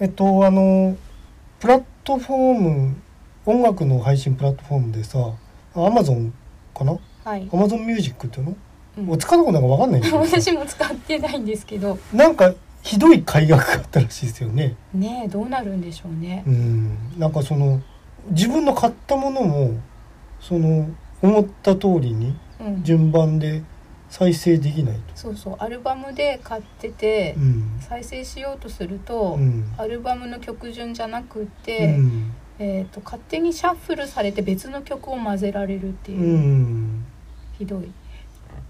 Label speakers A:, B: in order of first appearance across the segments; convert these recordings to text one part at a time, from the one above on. A: えっとあのプラットフォーム音楽の配信プラットフォームでさアマゾンかな
B: はい
A: ア、マゾンミュージックっていうの、
B: うん
A: お使ったことなんか分かんないんだけどさ
B: 私も使ってないんですけど
A: なんかひどい解約があったらしいですよね
B: ねえどうなるんでしょうね
A: うんなんかその自分の買ったものもその思った通りに
B: うん
A: 順番で再生できないと、
B: そうそうアルバムで買ってて、
A: うん
B: 再生しようとすると、
A: うん
B: アルバムの曲順じゃなく
A: う
B: て、
A: ん
B: えー、と勝手にシャッフルされて別の曲を混ぜられるって
A: う
B: いう、
A: ん
B: ひどい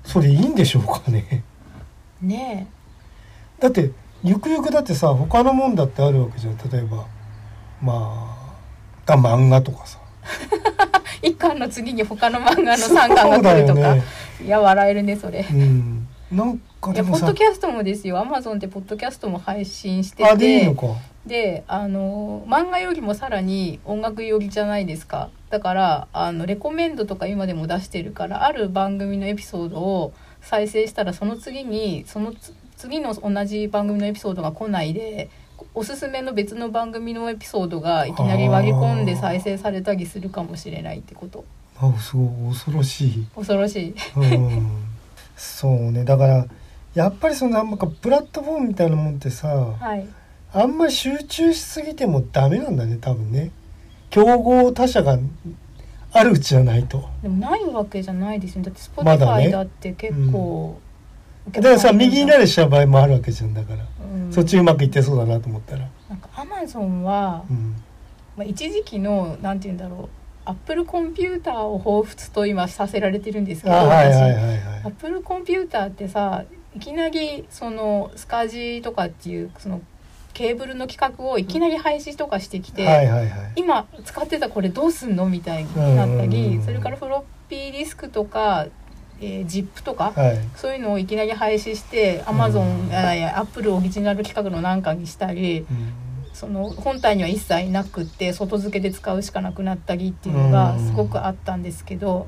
A: それいいんでしょうかね
B: ね
A: だってゆくゆくだってさ他のもんだってあるわけじゃん例えばまあが漫画とかさ
B: え 一巻の次に他の漫画の3巻が来ると
A: そうだ
B: か、
A: よね
B: いや笑えるねそれ。
A: うんなんか
B: い
A: で
B: やポ
A: も
B: ッ
A: さ
B: ドキャストもですよアマゾンってポッドキャストも配信して
A: あでいい
B: て
A: のか
B: であの漫画よりもさらに音楽よりじゃないですかだからあのレコメンドとか今でも出してるからある番組のエピソードを再生したらその次にそのつ次の同じ番組のエピソードが来ないでおすすめの別の番組のエピソードがいきなり割り込んで再生されたりするかもしれないってこと
A: あすごい恐ろしい
B: 恐ろしい
A: うんそうねだからやっぱりそのなんかプラットフォームみたいなもんってさ、
B: はい
A: あんま集中しすぎてもダメなんだね多分ね競合他社があるうちじゃないと
B: でもないわけじゃないですよねだって
A: まだね
B: Spotify だって結構、
A: だからさ右にな
B: る、
A: れしちゃう場合もあるわけじゃんだから、
B: うん
A: そっちうまくいってそうだなと思ったら、
B: なんかアマゾンは、
A: うん、
B: まあ、一時期のなんて言うんだろうアップルコンピューターを彷彿と今させられてるんですけ
A: あ
B: ど
A: はいはいはい
B: 私ア
A: は
B: ップルコンピューターってさいきなりそのスカジとかっていうそのケーブルの規格をいきなり廃止とかしてき
A: い
B: て、
A: はいはいはい
B: 今使ってたこれどうすんのみたいになった
A: うんうんうんう
B: り
A: ん
B: それからフロッピーディスクとか、えー、ZIP とか
A: はい
B: そういうのをいきなり廃止してアマゾンあいやアップルオリジナル規格のなんかにしたり。
A: うん
B: その本体には一切なくって外付けで使うしかなくなったりっていうのがすごくあったんですけど、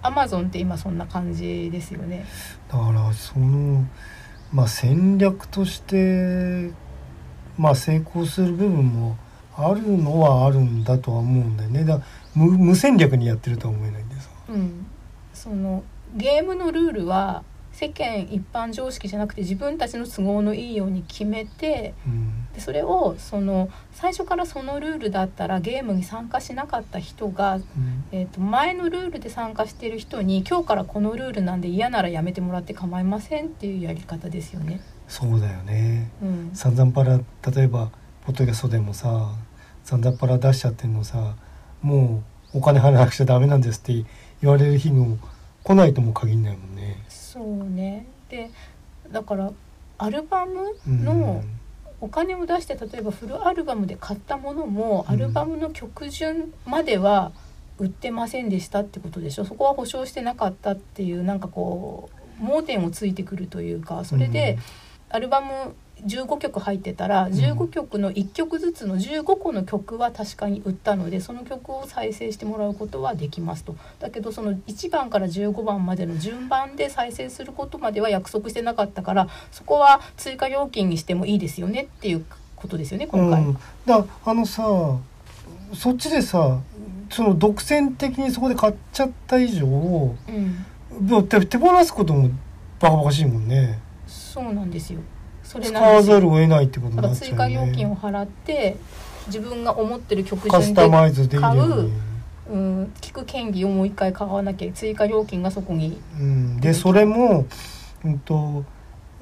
B: アマゾンって今そんな感じですよね。
A: だからそのまあ戦略としてまあ成功する部分もあるのはあるんだとは思うんだよねだから無無戦略にやってるとは思えないんでさ
B: うん、そのゲームのルールは世間一般常識じゃなくて自分たちの都合のいいように決めて
A: うん
B: でそれをその最初からそのルールだったらゲームに参加しなかった人が、
A: うん
B: えー、と前のルールで参加してる人に今日からこのルールなんで嫌ならやめてもらって構いませんっていうやり方ですよね。
A: そうだよね
B: うん、
A: 散々パラ例えばポッドキャストでもさ散々パラ出しちゃってんのさもうお金払わなくちゃダメなんですって言われる日も来ないとも限んないもんね。
B: そうねでだからアルバム
A: うん
B: のお金を出して例えばフルアルバムで買ったものも
A: うん
B: アルバムの曲順までは売ってませんでしたってことでしょそこは保証してなかったっていうなんかこう盲点をついてくるというかそれでアルバム15曲入ってたら
A: ん
B: 15曲の1曲ずつの15個の曲は確かに売ったのでその曲を再生してもらうことはできますとだけどその1番から15番までの順番で再生することまでは約束してなかったからそこは追加料金にしてもいいですよねっていうことですよね今回。
A: うん、だあのさそっちでさその独占的にそこで買っちゃった以上
B: うん
A: 手手放すこともバカバカしいもんね
B: そうなんですよそれ
A: 使
B: なん
A: わ
B: ですよ
A: ざるを得ないってことに
B: だ
A: な
B: から
A: っち
B: 追
A: ゃ
B: 加
A: うよ
B: 料金を
A: ね。
B: 払って自分が思ってる曲
A: カ
B: 順
A: ス
B: で
A: タマイズできるよ
B: 買
A: う
B: う
A: に
B: うん、聞く権利をもう一回買わなきゃ追加料金がそこに
A: うん、でそれも、うんと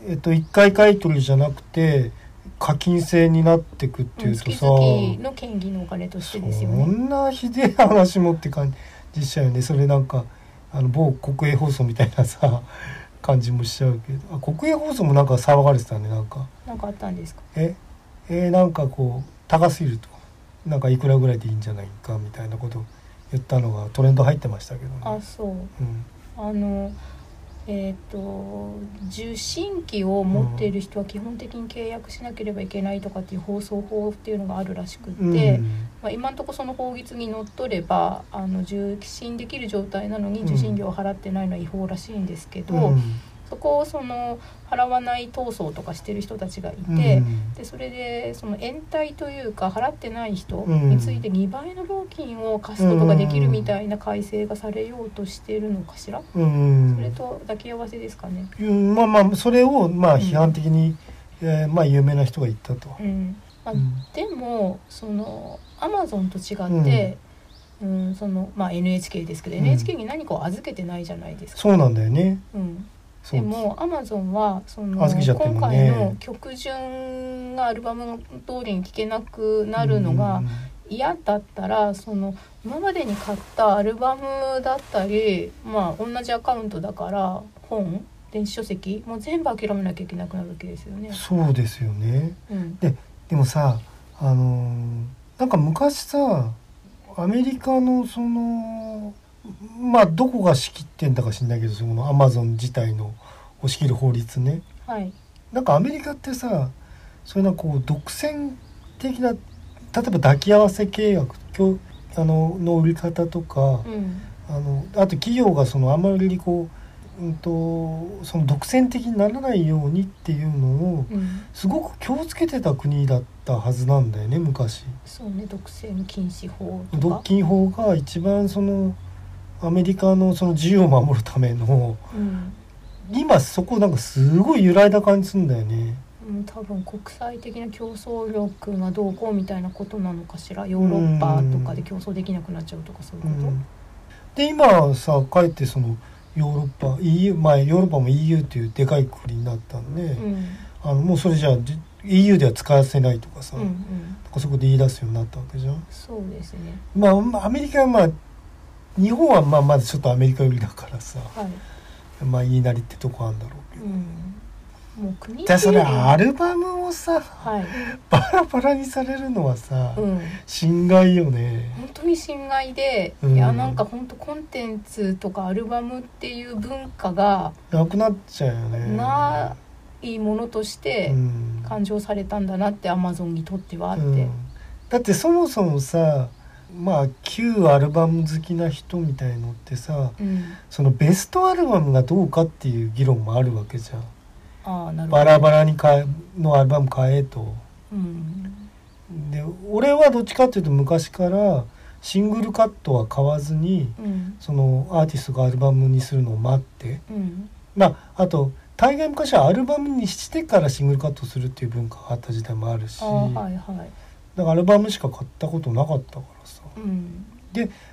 A: えっと、1回買い取りじゃなくて課金制になってくっていうと
B: 月
A: さ、
B: 々の権利のお金としてですよ
A: そ
B: ね。
A: んなひでえ話もって感じしちゃうよねそれなんかあの某国営放送みたいなさ感じもしちゃうけどあ国営放送もなんか騒がれてたねなんか
B: なんかあったんですか。
A: ええーなんかこう高すぎるとなんかいくらぐらいでいいんじゃないかみたいなことを言ったのがトレンド入ってましたけどね。
B: あ、そう。
A: うん
B: あの。えっ、と受信機を持っている人は基本的に契約しなければいけないとかっていう放送法っていうのがあるらしくって、
A: うん
B: まあ、今のところその法律にのっとればあの受信できる状態なのに
A: うん
B: 受信料を払ってないのは違法らしいんですけど、
A: うん
B: そこをその払わない闘争とかしてる人たちがいて、
A: うん
B: でそれでその延滞というか払ってない人
A: うん
B: について2倍の料金を貸すことができるみたいな改正がされようとしているのかしら、
A: うん
B: それと抱き合わせですかね。
A: うんまあまあそれをまあ
B: うん
A: 批判的に、えーまあ有名な人が言ったと。
B: うんまあ
A: うん
B: でもそのアマゾンと違って、うんそのまあ、NHK ですけど、
A: うん
B: NHK に何かを預けてないじゃないですか。
A: そうなんだよね。
B: うん、
A: そう
B: でもアマゾンはその
A: 預けちゃってる
B: 今
A: もん
B: 回
A: ね
B: の曲順がアルバムの通りに聴けなくなるのが嫌だったらその今までに買ったアルバムだったりまあ同じアカウントだから本電子書籍もう全部諦めなきゃいけなくなるわけですよね
A: うん。そうですよね。
B: うん
A: でもさあのーなんか昔さアメリカのそのまあどこが仕切ってんだか知んないけどそのアマゾン自体の押し切る法律ね
B: はい
A: なんかアメリカってさそういうのこう独占的な例えば抱き合わせ契約今日あのの売り方とか
B: うん
A: あのあと企業がそのあまりこう、うん、とその独占的にならないようにっていうのを
B: うん、
A: すごく気をつけてた国だったはずなんだよね昔。
B: そうね独占禁止法と
A: 独
B: か、
A: 禁法が一番そのアメリカのその自由を守るための
B: うん、
A: 今そこなんかすごい揺らいだ感じするんだよね。
B: うん多分国際的な競争力がどうこうみたいなことなのかしらヨーロッパとかで競争できなくなっちゃうとかそういう
A: う
B: こと、
A: ん、で今さかえってそのヨーロッパ EU まあヨーロッパも EU っていうでかい国になったんで、
B: うん
A: あのもうそれじゃあじ EU では使わせないとかさ、
B: うんうん、
A: とかそこで言い出すようになったわけじゃん。
B: そうですね
A: まあまあアメリカはまあ日本はまあまだちょっとアメリカ寄りだからさ
B: はい、
A: まあ言いなりってとこあるんだろうけ
B: う
A: ど。
B: ん、もう国
A: でそれア
B: る
A: ルバムをさ
B: はい、
A: バラバラにされるのはさ、
B: うん、
A: 心外よね。
B: 本当に侵害で、
A: うん
B: いやなんか本当コンテンツとかアルバムっていう文化が
A: なくなっちゃうよね。
B: ないいものとして
A: うん
B: 勘定されたんだなってアマゾンにとってはあって、
A: うんだってそもそもさまあ旧アルバム好きな人みたいのってさ
B: うん
A: そのベストアルバムがどうかっていう議論もあるわけじゃん
B: ああなるほど
A: バラバラに変えのアルバム変えと
B: うん
A: で俺はどっちかっていうと昔からシングルカットは買わずに
B: うん
A: そのアーティストがアルバムにするのを待って
B: うん
A: まああと大概昔はアルバムにしてからシングルカットするっていう文化があった時代もあるし
B: ああはいはい
A: だからアルバムしか買ったことなかったからさ
B: うん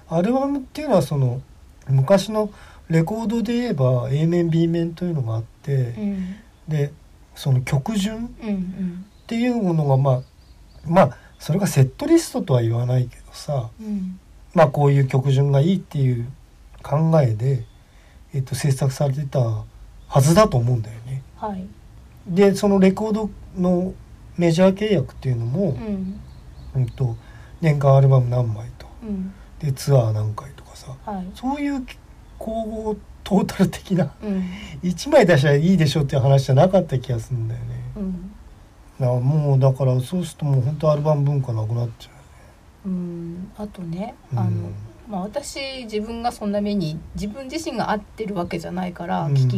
A: アルバムっていうのはその昔のレコードで言えば A 面 B 面というのがあって
B: う、ん
A: でその曲順っ
B: うんうん
A: ていうものがまあまあそれがセットリストとは言わないけどさ
B: うん
A: まあこういう曲順がいいっていう考えで、えっと、制作されてたはずだと思うんだよね。
B: はい
A: でそのレコードのメジャー契約っていうの
B: う
A: も、
B: ん
A: うん、と年間アルバム何枚と
B: うん
A: でツアー何回とかさ
B: はい
A: そういうこうトータル的な
B: うん
A: 1枚出したらいいでしょっていう話じゃなかった気がするんだよね。
B: うん
A: だからもうだからそうするともう本当アルバム文化なくなっちゃ
B: うんあとね
A: う。
B: あの、
A: うん
B: まあ、私自分がそんな目に自分自身が合ってるわけじゃないから
A: うん
B: 聞き,、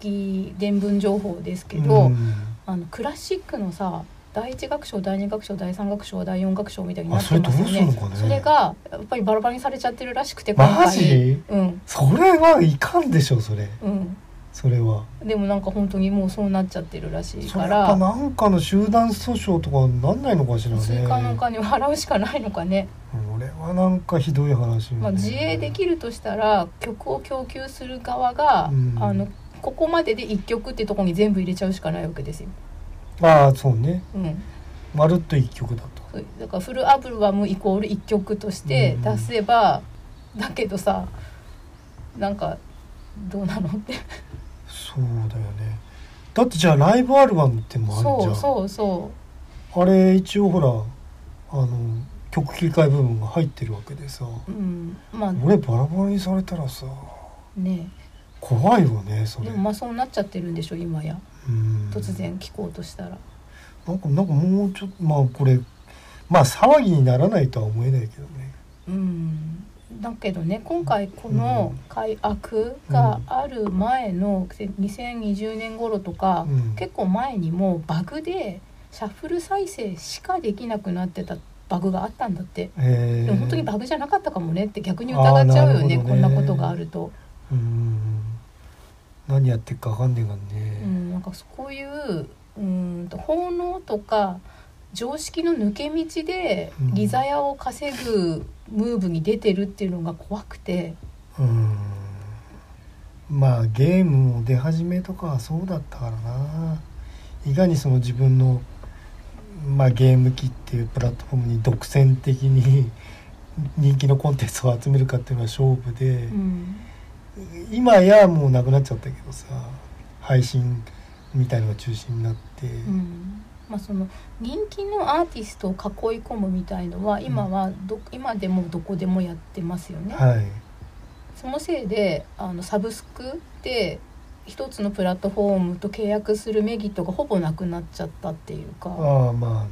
B: 聞き伝聞情報ですけど、
A: うん
B: あのクラシックのさ第一楽章第二楽章第三楽章第四楽章みたいにな
A: あ
B: っ
A: そ
B: て
A: れど
B: ま
A: う
B: すよ
A: するの
B: ね。
A: かね
B: それがやっぱりバラバラにされちゃってるらしくて
A: マジ
B: うん
A: それはいかんでしょそれ
B: うん
A: それは。
B: でもなんか本当にもうそうなっちゃってるらしい
A: そ
B: か
A: れやっぱ
B: ら
A: なんかの集団訴訟とかなんないのかしらね。
B: 追加のお金を払うしかないのかね。
A: 俺はなんかひどい話よね、
B: まあ、自衛できるとしたら曲を供給する側が、
A: うん
B: あのここまでで1曲ってとこに全部入れちゃうしかないわけですよ、
A: ああそうね
B: うん、
A: まるっと一曲だと
B: そうだからフルアルバムイコール1曲として出せば、だけどさなんかどうなのって
A: そうだよねだってじゃあライブアルバムってもあるじ
B: そ
A: ゃん
B: うそうそ
A: あれ一応ほらあの曲切り替え部分が入ってるわけでさ
B: う、うん、まあ
A: 俺バラバラにされたらさ
B: ね
A: 怖いよねそれ
B: でもまあそうなっちゃってるんでしょ今や
A: うん
B: 突然聴こうとしたら、
A: なんかなんかもうちょっとまあこれまあ騒ぎにならないとは思えないけどね
B: うん、だけどね今回この改悪がある前の2020年頃とか、
A: うん
B: 結構前にもバグでシャッフル再生しかできなくなってたバグがあったんだって
A: えー
B: でも本当にバグじゃなかったかもねって逆に疑っちゃう
A: あーな
B: よね
A: るほどね
B: こんなことがあると、
A: うんうんうん何やってっかわかんねえからね
B: う、ん、なんかそうこういううんと奉納とか常識の抜け道で
A: うん
B: リザヤを稼ぐムーブに出てるっていうのが怖くて、
A: うんまあゲームも出始めとかはそうだったからないかにその自分の、まあ、ゲーム機っていうプラットフォームに独占的に 人気のコンテンツを集めるかっていうのは勝負で、
B: うん
A: 今やもうなくなっちゃったけどさ配信みたいのが中心になって、
B: うんまあ、その人気のアーティストを囲い込むみたいのは今はど今でもどこでもやってますよね。
A: はい、
B: そのせいであのサブスクで一つのプラットフォームと契約するメリットがほぼなくなっちゃったっていうか。
A: ああまあね、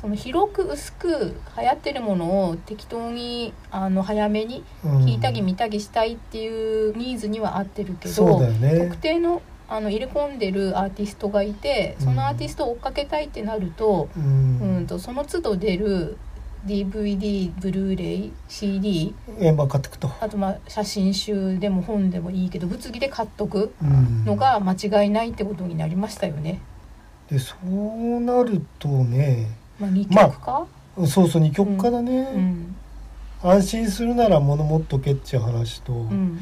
B: その広く薄く流行ってるものを適当にあの早めに
A: うん
B: 聞いたり見たりしたいっていうニーズには合ってるけ
A: そう
B: ど、
A: だよね
B: 特定のあの入れ込んでるアーティストがいてそのアーティストを追っかけたいってなると,、
A: う
B: うんん、とその都度出る DVD ブルーレイ CD
A: えまあ買ってくと、
B: あとまあ写真集でも本でもいいけど物議で買っとく
A: うん
B: のが間違いないってことになりましたよね。
A: でそうなるとね
B: まあ、二極化、
A: そうそう二極化だね、
B: うん
A: 安心するなら物持っとけっていう話と、
B: うん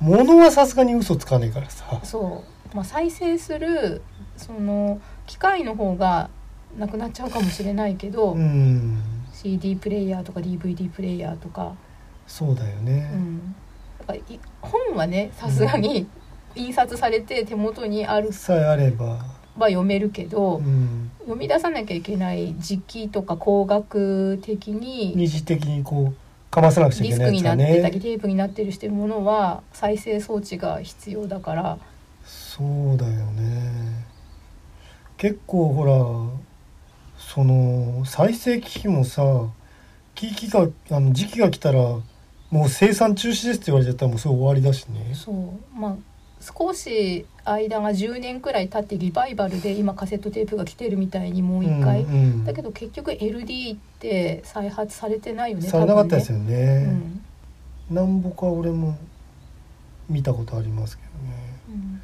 A: 物はさすがに嘘つかねえからさ
B: そう、まあ、再生するその機械の方がなくなっちゃうかもしれないけど、
A: うん
B: CD プレイヤーとか DVD プレイヤーとか、
A: そうだよ
B: う
A: ね、
B: ん、だからい本はねさすがに印刷されて手元にある
A: さえあれば、
B: は読めるけど、
A: うん、
B: 読み出さなきゃいけない時期とか工学的に
A: 二次的にこうかまさなくちゃい
B: ディ
A: け
B: スク
A: ないや
B: に
A: つ
B: な
A: だ
B: ってたり
A: ね
B: テープになってるしてるものは再生装置が必要だから。
A: そうだよね結構ほらその再生機器もさ機器があの時期が来たらもう生産中止ですって言われちゃったらもうそれ終わりだしね
B: そうまあ少し間が10年くらい経ってリバイバルで今カセットテープが来てるみたいにもう一回、
A: うんうん
B: だけど結局 LD って再発されてないよね
A: されなかったです
B: よ、
A: よね
B: うん
A: なんぼか俺も見たことありますけ
B: うん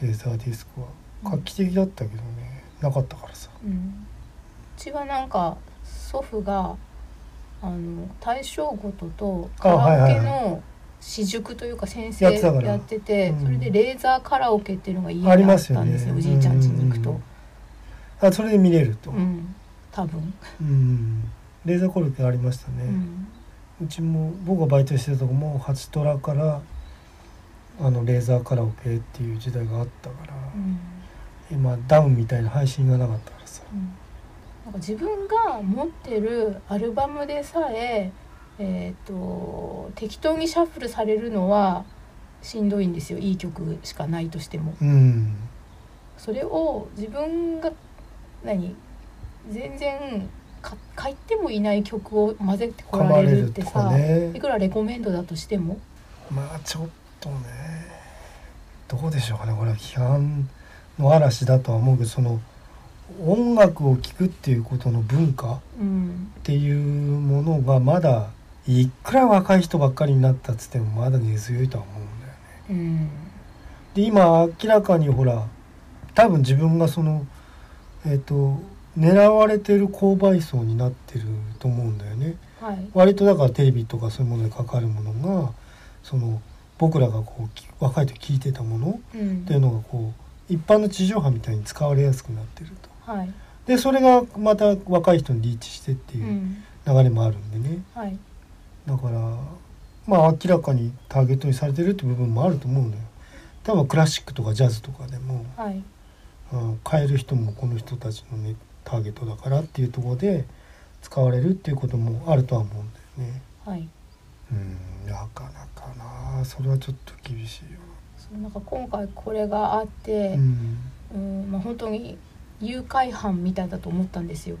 A: どねレーザーディスクは
B: うん
A: 画期的だったけどねなかったからさ
B: うんうちはなんか祖父があの大正ごととカラオケ
A: あはいはい
B: の私塾というか先
A: や
B: 生
A: ってたから
B: やってて、
A: うん
B: それでレーザーカラオケっていうのが家に
A: あり
B: あ
A: ま
B: っ
A: すよ
B: たん
A: ね
B: ですよおじいちゃん家に行く
A: う
B: と
A: ん、あそれで見れると
B: うん多分、
A: うんレーザーコルクありました
B: う
A: ね、
B: ん
A: うちも僕がバイトしてたとこも8トラからあのレーザーカラオケっていう時代があったから、
B: うん
A: 今ダウンみたいな配信がなかったからさ
B: うんなんか自分が持ってるアルバムでさええー、と適当にシャッフルされるのはしんどいんですよいい曲しかないとしても
A: うん
B: それを自分が何全然か書いてもいない曲を混ぜてこ
A: 噛
B: ら
A: ま
B: れ
A: れ
B: るっ
A: る
B: て
A: と
B: さ、
A: かね
B: いくらレコメンドだとしても
A: まあちょっとねどうでしょうかねこれは批判の嵐だとは思うけどその音楽を聴くっていうことの文化っ
B: うん
A: ていうものがまだいくら若い人ばっかりになったっつってもまだ根強いとは思うんだよね。
B: うん
A: で今明らかにほら多分自分がそのえっ、と狙われてる購買層になってると思うんだよね。
B: はい
A: 割とだからテレビとかそういうものに関わるものがその僕らがこうき若い時聞いてたもの
B: うん
A: っていうのがこう一般の地上波みたいに使われやすくなってると
B: はい
A: でそれがまた若い人にリーチしてって
B: う
A: いううん流れもあるんでね、
B: はい
A: だからまあ明らかにターゲットにされてるって部分もあると思うんだよ多分クラシックとかジャズとかでも、
B: はい
A: うん、買える人もこの人たちのねターゲットだからっていうところで使われるっていうこともあるとは思うんだよね。
B: はい
A: うんなかなかなそれはちょっと厳しいよ、
B: そうなんか今回これがあって、
A: うん、
B: うんまあ、本当に誘拐犯みたいだと思ったんですよ。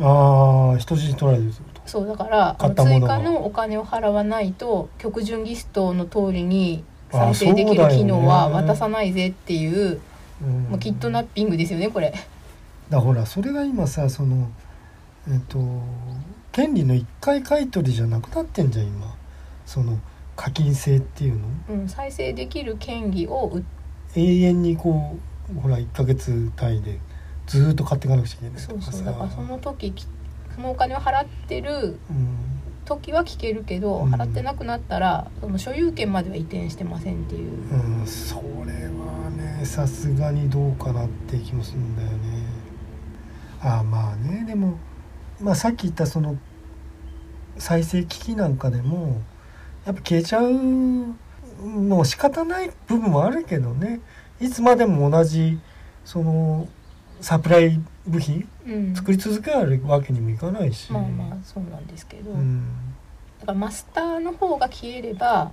A: あああ人質取られるってこと
B: そうだからあ
A: 買
B: の
A: ったも
B: 追
A: のが
B: 加のお金を払わないと曲順リストの通りに
A: あ
B: 再生でき
A: そう
B: る
A: だよね
B: 機能は渡さないぜっていう
A: うん
B: もうキットナッピングですよねこれ。
A: だほらそれが今さそのえっと権利の一回買い取りじゃなくなってんじゃん今その課金制っていうの
B: うん、再生できる権利をう
A: 永遠にこうほら1ヶ月単位でずーっと買っていかなくちゃいけない
B: そ
A: と
B: う
A: かさ
B: そうだからその時きそのお金を払ってる
A: うん
B: 時は聞けるけど
A: うん
B: 払ってなくなったらその所有権までは移転してませんっていう
A: うん、それはねさすがにどうかなって気もするんだよねああまあねでも、まあ、さっき言ったその再生機器なんかでもやっぱ消えちゃうもう仕方ない部分もあるけどねいつまでも同じそのサプライ部品
B: うん
A: 作り続けるわけにもいかないし
B: まあまあそうなんですけど、
A: うん、
B: だからマスターの方が消えれば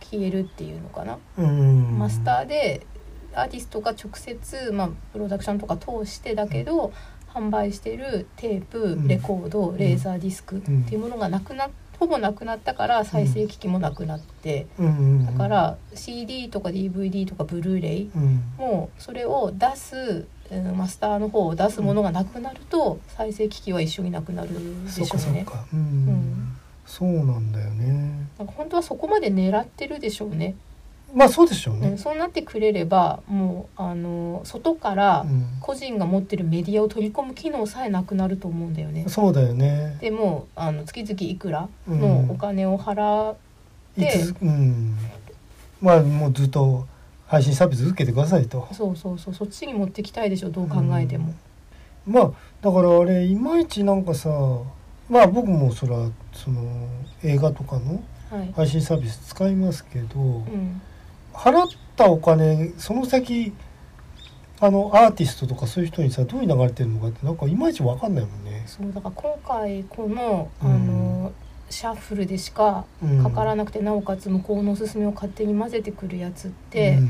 B: 消えるっていうのかな、
A: うん、
B: マスターでアーティストが直接、まあ、プロダクションとか通してだけど、販売してるテープ
A: うん
B: レコード、レーザーディスクって
A: ん
B: いうものがなくなほぼなくなったから再生機器もなくなって、
A: うんうんうん
B: だか、ら CD とか DVD とかブルーレイ
A: うん
B: もうそれを出す、うんマスターの方を出すものがなくなると再生機器は一緒になくなるで
A: そ
B: しょ
A: うかそう
B: ね
A: う。か、うん
B: ん
A: そうなんだよね
B: なんか本当はそこまで狙ってるでしょうね。
A: まあそうでしょう
B: うん、
A: ね、
B: そうなってくれればもうあの外から
A: うん
B: 個人が持ってるメディアを取り込む機能さえなくなると思うんだよね。
A: そうだよね
B: でもうあの月々いくら
A: うん
B: のお金を払
A: い
B: で
A: つうんまあもうずっと配信サービス続けてくださいと
B: そうそうそうそっちに持ってきたいでしょどう考えても。
A: まあだからあれいまいちなんかさまあ僕もそらその映画とかの
B: はい。
A: 配信サービス使いますけど、
B: うん。
A: 払ったお金その先あのアーティストとかそういう人にさどういう流れてるのかってなんかいまいちわかんないもんね。
B: そうだから今回このあ
A: うん
B: の、シャッフルでしか
A: うん
B: かからなくて、なおかつ向こうのおすすめを勝手に混ぜてくるやつって、
A: うん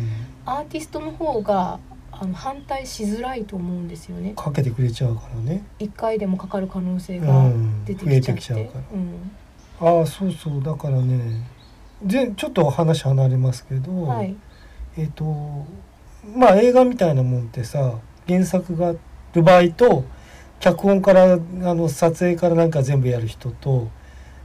B: アーティストの方があの反対しづらいと思うんですよね
A: かけてくれちゃうからね。
B: 1回でもかかる可能性
A: う
B: が
A: ん
B: 出てきちゃって,、う
A: 増え
B: ん
A: てきちゃうからああそうそうだからねでちょっと話離れますけど、
B: はい、
A: えっ、とまあ映画みたいなもんってさ原作がある場合と脚本からあの撮影からなんか全部やる人と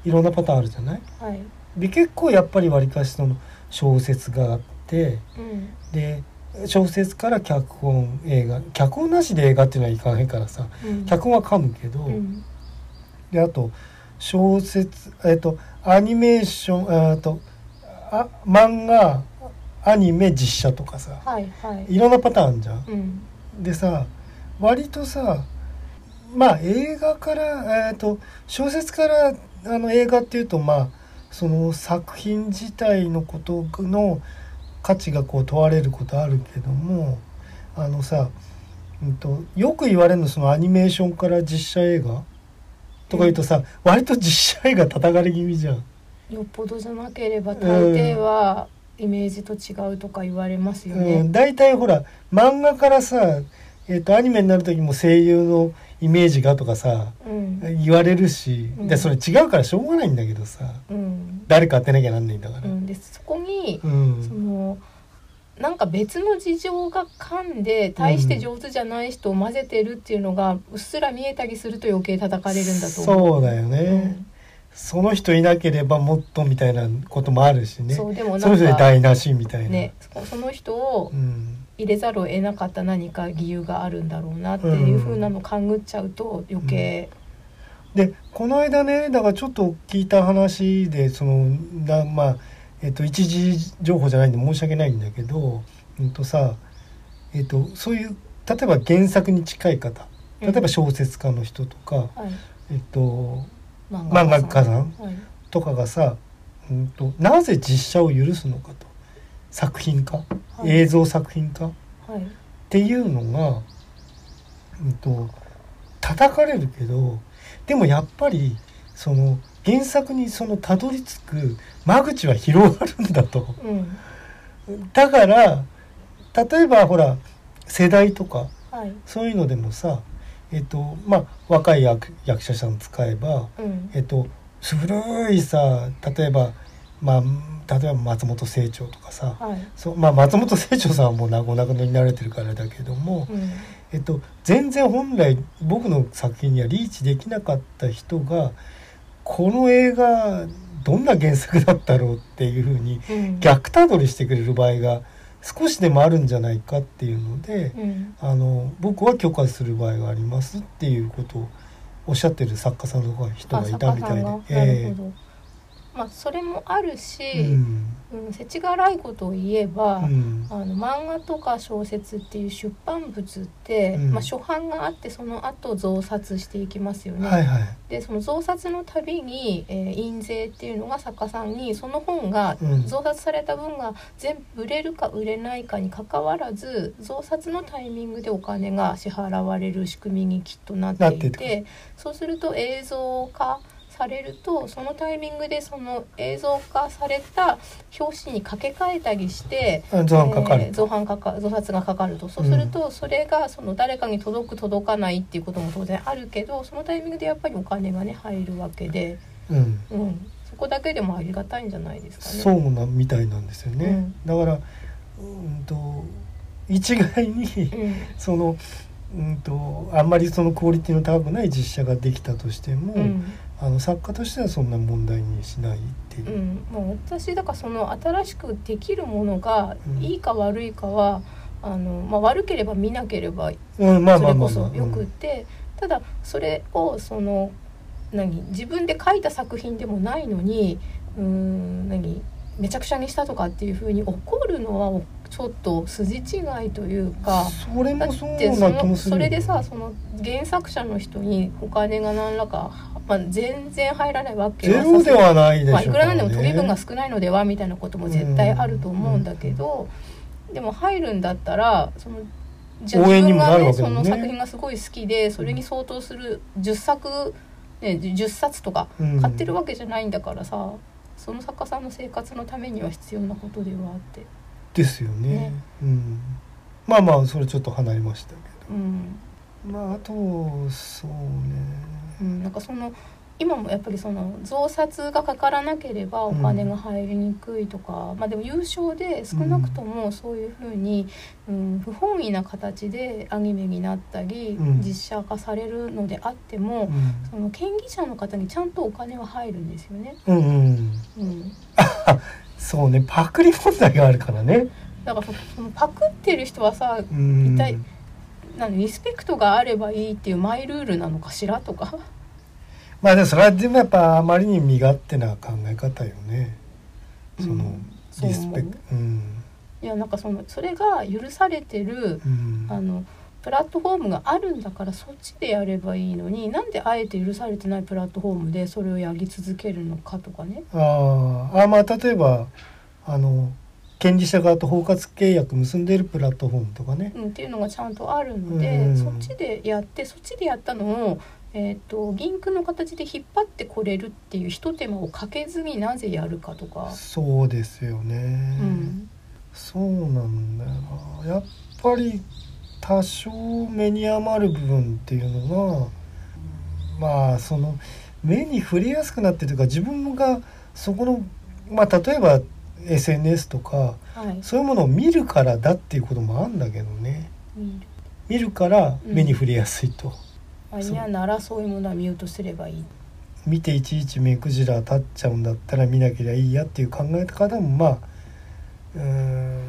A: いろんなパターンあるじゃない
B: はい
A: で結構やっぱりわりかしその小説があって
B: うん
A: で小説から脚本映画脚本なしで映画っていうのはいかないからさ
B: うん
A: 脚本は噛むけど、
B: うん
A: であと小説えっとアニメーションえっとあ漫画アニメ実写とかさ
B: はいはい
A: いろんなパターンあんじゃん。
B: うん
A: でさ割とさまあ映画からえっと小説からあの映画っていうとまあその作品自体のことの価値がこう問われることあるけどもあのさ、うん、とよく言われるのそのアニメーションから実写映画とか言うとさ、割と実写映画叩かれ気味じゃん。
B: よっぽどじゃなければ大抵はイメージと違うとか言われますよね、
A: うん、大体ほら漫画からさ、えっとアニメになる時も声優のイメージがとかさ
B: うん
A: 言われるし、
B: うん
A: でそれ違うからしょうがないんだけどさ
B: うん
A: 誰か当てなきゃなんないんだか
B: う
A: ら。
B: ん、でそこに
A: うん
B: そのなんか別の事情が噛んで大して上手じゃない人を混ぜてるっていうのがうっすら見えたりすると余計叩かれるんだと思う。
A: そうだよね、その人いなければもっとみたいなこともあるし
B: うん
A: ね
B: そうでもな
A: その
B: ん
A: 人で
B: か
A: 台無しみたいな、
B: ねそその人を
A: うん、
B: 入れざるを得なかった何か理由があるんだろうなっていう風なのを勘ぐっちゃうと余計、
A: でこの間ねだからちょっと聞いた話でそのだまあ、えっと、一時情報じゃないんで申し訳ないんだけど、うん、とさ、えっと、そういう例えば原作に近い方例えば小説家の人とか、
B: はい、
A: えっと、
B: 漫
A: 漫画家さん
B: はい
A: とかがさ、うん、となぜ実写を許すのかと作品化、
B: はい
A: 映像作品化っ
B: はい
A: ていうのが、うん、と叩かれるけどでもやっぱりその原作にそのたどり着く間口は広がるんだと。
B: うん
A: だから例えばほら世代とか
B: はい
A: そういうのでもさえっとまあ、若い役役者さん使えば、
B: うん
A: えっと、古いさ例えば、まあ、例えば松本清張とかさ
B: はい
A: そう、まあ、松本清張さんはもうなお亡くなりになられてるからだけども、
B: うん
A: えっと、全然本来僕の作品にはリーチできなかった人がこの映画どんな原作だったろうっていうふうに
B: うん
A: 逆たどりしてくれる場合が少しでもあるんじゃないかっていうので、
B: うん
A: あの僕は許可する場合がありますっていうことをおっしゃってる作家さんとか人
B: あ
A: がい
B: 作
A: た
B: 家
A: み
B: さ
A: たい
B: ん
A: で
B: が、な
A: え
B: るほどまあそれもあるし、
A: えうん
B: うん、世知辛いことを言えば、
A: うん
B: あの漫画とか小説っていう出版物って、
A: うん
B: まあ、初版があってその後増刷していきますよね。
A: はいはい
B: でその増刷のたびに、えー印税っていうのが作家さんにその本が
A: うん
B: 増刷された分が全部売れるか売れないかにかかわらず増刷のタイミングでお金が支払われる仕組みにきっとなってい
A: な
B: て
A: って
B: そうすると映像化されるとそのタイミングでその映像化された表紙に掛け替えたりして。
A: あゾーンかかる、
B: えー造反かか増刷がかかるとそうすると、それがその誰かに届く届かないっていうことも当然あるけどそのタイミングでやっぱりお金がね入るわけで、
A: うん、
B: うん、そこだけでもありがたいんじゃないですかね。
A: そうなみたいなんですよね、だからうんと一概に
B: うん
A: そのうんとあんまりそのクオリティの高くない実写ができたとしても、
B: うん
A: あの作家としてはそんな問題にしないっていうう、
B: ん、もう私だからその新しくできるものが
A: うん
B: いいか悪いかは、あのまあ、悪ければ見なければ
A: うんまあ
B: そ
A: まあまあ
B: れこ
A: まあ
B: そよくって、ただそれをその何自分で書いた作品でもないのにうーん何めちゃくちゃにしたとかっていうふうに怒るのはおちょっと筋違いというか。
A: それ
B: だ
A: も
B: っ
A: そう
B: てそ
A: な気も
B: の
A: する
B: それでさその原作者の人にお金が何らか、まあ、全然入らないわけ
A: ゼ
B: は
A: ロではないでしょ
B: まあ、いくらなんでも
A: こ
B: 飛
A: れ
B: び
A: ね
B: 分が少ないのではみたいなことも絶対あると思うんだけど、でも入るんだったらそのじ
A: 応援にもなるわけ
B: 自
A: だも
B: 分
A: んね
B: がその作品がすごい好きでそれに相当する10作、ね、10 10冊とか
A: うん
B: 買ってるわけじゃないんだからさ、その作家さんの生活のためには必要なことではあって。
A: ですよね
B: ね
A: うん、まあまあそれちょっと離れましたけ
B: うん
A: どまああとそうね
B: うん、なんかその今もやっぱりその増刷がかからなければお金が入りにくいとか、まあでも優勝で少なくともそういうふうに、うん、不本意な形でアニメになったり、
A: うん
B: 実写化されるのであっても、その権利者の方にちゃんとお金は入るんですよね。
A: うん、うんうん、
B: うん、
A: そうねパクリ問題があるからね、
B: だからそのパクってる人はさ
A: うん、
B: 一体なんリスペクトがあればいいっていうマイルールなのかしらとか。
A: まあでもそれはでもやっぱあまりに身勝手な考え方よねその、
B: うんそう
A: リ
B: 思
A: ス
B: う
A: ペクトうん、
B: いやなんかそのそれが許されてる
A: うん、
B: あのプラットフォームがあるんだからそっちでやればいいのになんであえて許されてないプラットフォームでそれをやり続けるのかとかね。
A: あーあーまあ例えばあの権利者側と包括契約結んでいるプラットフォームとかね、
B: うん、っていうのがちゃんとあるので、
A: うん
B: そっちでやってそっちでやったのを、えー、とリンクの形で引っ張ってこれるっていうひと手間をかけずになぜやるかとか。
A: そうですよね、
B: うん
A: そうなんだよなやっぱり多少目に余る部分っていうのがまあその目に触れやすくなってるというか自分がそこのまあ例えば SNS とか
B: はい、
A: そういうものを見るからだっていうこともあるんだけどね
B: 見る
A: 見るから目に触れやすいと。
B: まあ嫌ならそういうものはミュートすればいい。
A: 見ていちいち目くじら立っちゃうんだったら見なけりゃいいやっていう考え方もまあうーん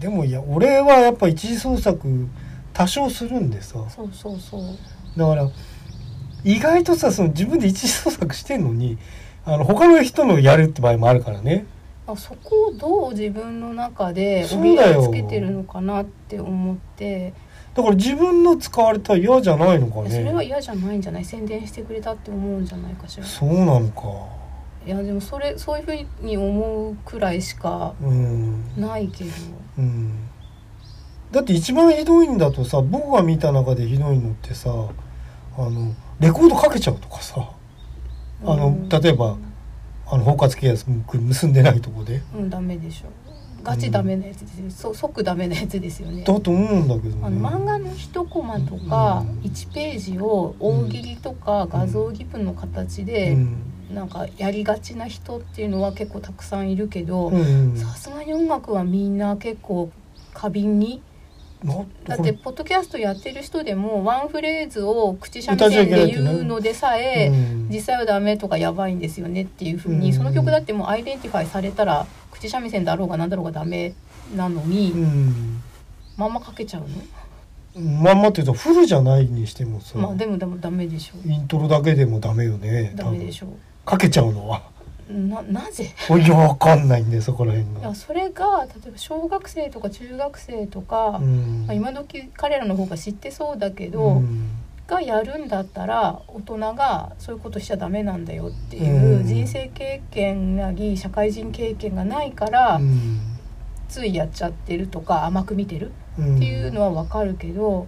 A: でもいや俺はやっぱ一次創作多少するんでさ
B: そうそうそう。
A: だから意外とさその自分で一次創作してんのにあの他の人のやるって場合もあるからね
B: あそこをどう自分の中で
A: そう
B: 折り
A: だよ
B: 合いつけてるのかなって思って。
A: だから自分の使われたら嫌じゃないのか
B: それは
A: ね
B: 嫌じゃないんじゃない宣伝してくれたって思うんじゃないかしら
A: そうなのか
B: いやでもそれそういうふうに思うくらいしか
A: うん
B: ないけど
A: うんだって一番ひどいんだとさ僕が見た中でひどいのってさあのレコードかけちゃうとかさあの
B: うん
A: 例えばあの包括契約結んでないとこで
B: うんダメでしょガチダメなやつですよ、そう即ダメなやつですよね。
A: だと思うんだけどね
B: あの漫画の一コマとか
A: うん
B: 1ページを大喜利とか画像ギブの形
A: う
B: で
A: ん
B: なんかやりがちな人っていうのは結構たくさんいるけど
A: うん
B: さすがに音楽はみんな結構過敏に
A: な
B: だっ
A: こ
B: て
A: れ
B: ポッドキャストやってる人でもワンフレーズを口三味線で言うのでさ
A: う
B: え
A: ん
B: 実際はダメとかやばいんですよねっていうふうに
A: うん
B: その曲だってもうアイデンティファイされたら口三味線だろうが何だろうがダメなのにまんまかけちゃうの
A: うん、まんまっていうとフルじゃないにしてもさ、
B: まあでもでもダメでしょ
A: イントロだけでもダメよね
B: ダメでしょ
A: 多分かけちゃうのは
B: ななぜ
A: いやわかんないんでそこら辺
B: い
A: が
B: やそれが例えば小学生とか中学生とか、
A: うん
B: まあ、今時彼らの方が知ってそうだけど、
A: うん
B: がやるんだったら大人がそういうことしちゃダメなんだよっていううん人生経験なり社会人経験がないから、
A: うん
B: ついやっちゃってるとか甘く見てる
A: うん
B: っていうのはわかるけど、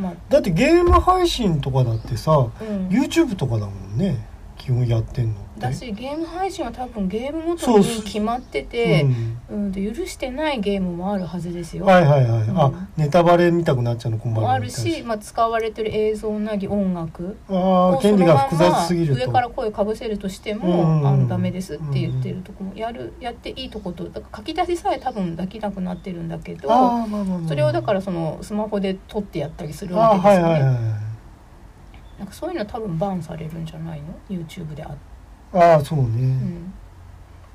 B: まあ
A: だってゲーム配信とかだってさ
B: うん
A: YouTube とかだもんね基本やってんのって
B: だしゲーム配信は多分ゲームご
A: そ
B: と
A: う
B: に
A: そう
B: 決まってて
A: う
B: うん
A: ん、
B: と許してないゲームもあるはずですよ。
A: はいはいはい、
B: うん
A: あネタバレ見たくなっちゃうの困る
B: もあるし、まあ、使われてる映像なり音楽
A: あ
B: を
A: あ権利が複
B: そのまんま
A: 雑すぎると
B: 上から声かぶせるとして
A: うんうんうん
B: もあのダメですって言ってるとこもやるやっていいとことだから書き出しさえ多分できなくなってるんだけど
A: あーまあまあまあ
B: それをだからそのスマホで撮ってやったりするわ
A: あ
B: け
A: ー
B: です
A: はい
B: よ
A: はい
B: ね。
A: は
B: なんかそういうの多分バンされるんじゃないの YouTube であって。
A: いああそうね、
B: うん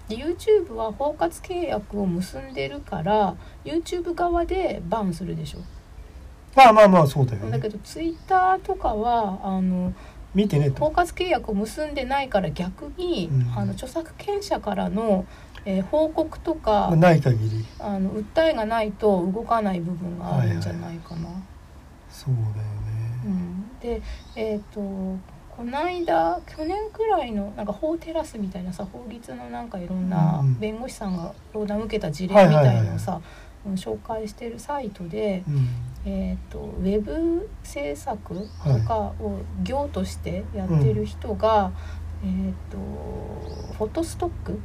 B: で YouTube は包括契約を結んでるから YouTube 側でバンするでしょ
A: まあまあまあそうだよ
B: だ
A: ね
B: けど Twitter とかはあの
A: 見てねと
B: 包括契約を結んでないから逆に、
A: うん
B: あの著作権者からの、えー報告とか、
A: まあない限り
B: あの訴えがないと動かない部分があるんじゃないかな。
A: そうだよ
B: う
A: ね
B: ん、でえっ、とこの間去年くらいのなんか法テラスみたいなさ法律のなんかいろんな
A: うんうん
B: 弁護士さんが相談を受けた事例
A: はい
B: み
A: はいはい
B: たいのをさうん紹介してるサイトで、
A: うん
B: えー、とウェブ制作とかを業としてやってる人が、えー、とフォトストック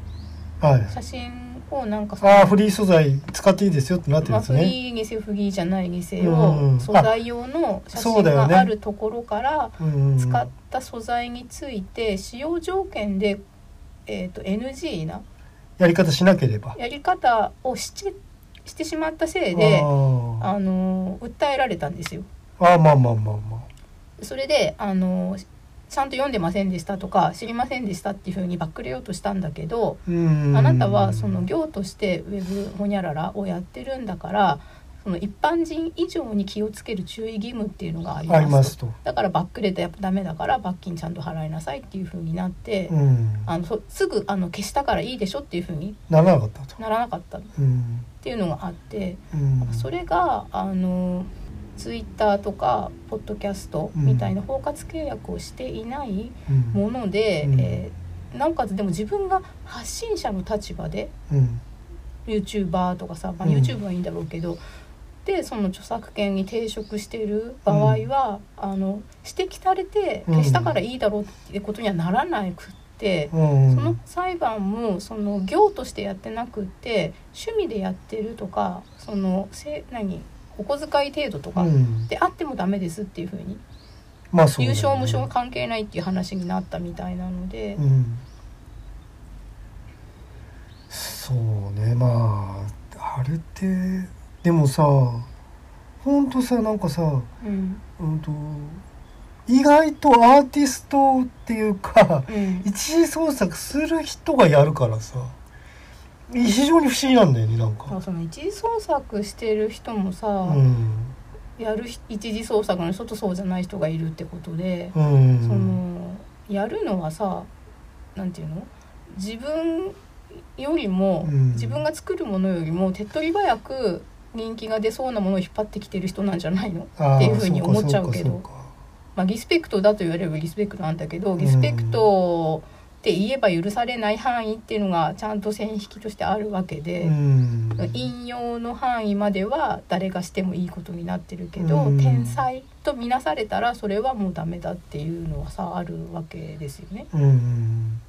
A: はい
B: 写真をなんかその
A: ああフリー素材使っていいですよってなってる
B: ま
A: ん
B: あ、
A: です
B: フ
A: ね、
B: リーにせよフリーじゃないにせよ、
A: うん
B: 素材用の写
A: あそ
B: 真
A: うだよね
B: があるところから
A: うんうん、
B: 使った素材について使用条件で、えー、と NG な
A: やり方しなければ
B: やり方をしてしてしまったせい
A: あ
B: で
A: ー
B: あの訴えられたんですよ。
A: あーまあまあまあまあ
B: それであのちゃんと読んでませんでしたとか知りませんでしたっていうふうにバックレようとしたんだけど、
A: うん
B: あなたはその業としてウェブホニャララをやってるんだからその一般人以上に気をつける注意義務っていうのがあります
A: ありますと、
B: だからバックレたらやっぱダメだから罰金ちゃんと払いなさいっていうふうになって、
A: うん、
B: あのそすぐあの消したからいいでしょっていうふうに
A: ならなかったと、
B: ならなかったっ
A: うん
B: ていうのがあって。
A: うん、
B: それがあのツイッターとかポッドキャストみたいな包括契約をしていない
A: うん
B: もので、
A: うん
B: えーなおかつでも自分が発信者の立場で
A: うん、
B: YouTuber とかさ、まあ、
A: うん
B: YouTube はいいんだろうけど、でその著作権に抵触している場合は、あの指摘されて消したからいいだろうってことにはならなくって。
A: うん、
B: その裁判もその業としてやってなくって趣味でやってるとかそのせ何お小遣い程度とか
A: うん
B: であってもダメですっていうふうに
A: まあそうだ
B: 優
A: よね
B: 勝無償は関係ないっていう話になったみたいなので
A: うん、そうねまああれってでもさほんとさなんかさ、
B: うん
A: うん、と意外とアーティストっていうか
B: うん
A: 一次創作する人がやるからさ非常に不思議なんだよねなん
B: そう
A: か。
B: その一次創作してる人もさ、
A: うん
B: やるひ一次創作の人とそうじゃない人がいるってことで、
A: うん
B: そのやるのはさなんていうの自分よりも、
A: うん
B: 自分が作るものよりも手っ取り早く人気が出そうなものを引っ張ってきてる人なんじゃないの、
A: あー
B: っていうふうに思っちゃうけど
A: そか
B: まあ、リスペクトだと言われればリスペクトなんだけど
A: ん
B: リスペクトって言えば許されない範囲っていうのがちゃんと線引きとしてあるわけ
A: そうか
B: で。
A: うん
B: 引用の範囲までは誰がしてもいいことになってるけど、
A: うん
B: 天才と見なされたらそれはもうダメだっていうのはさあるわけですよね。
A: うん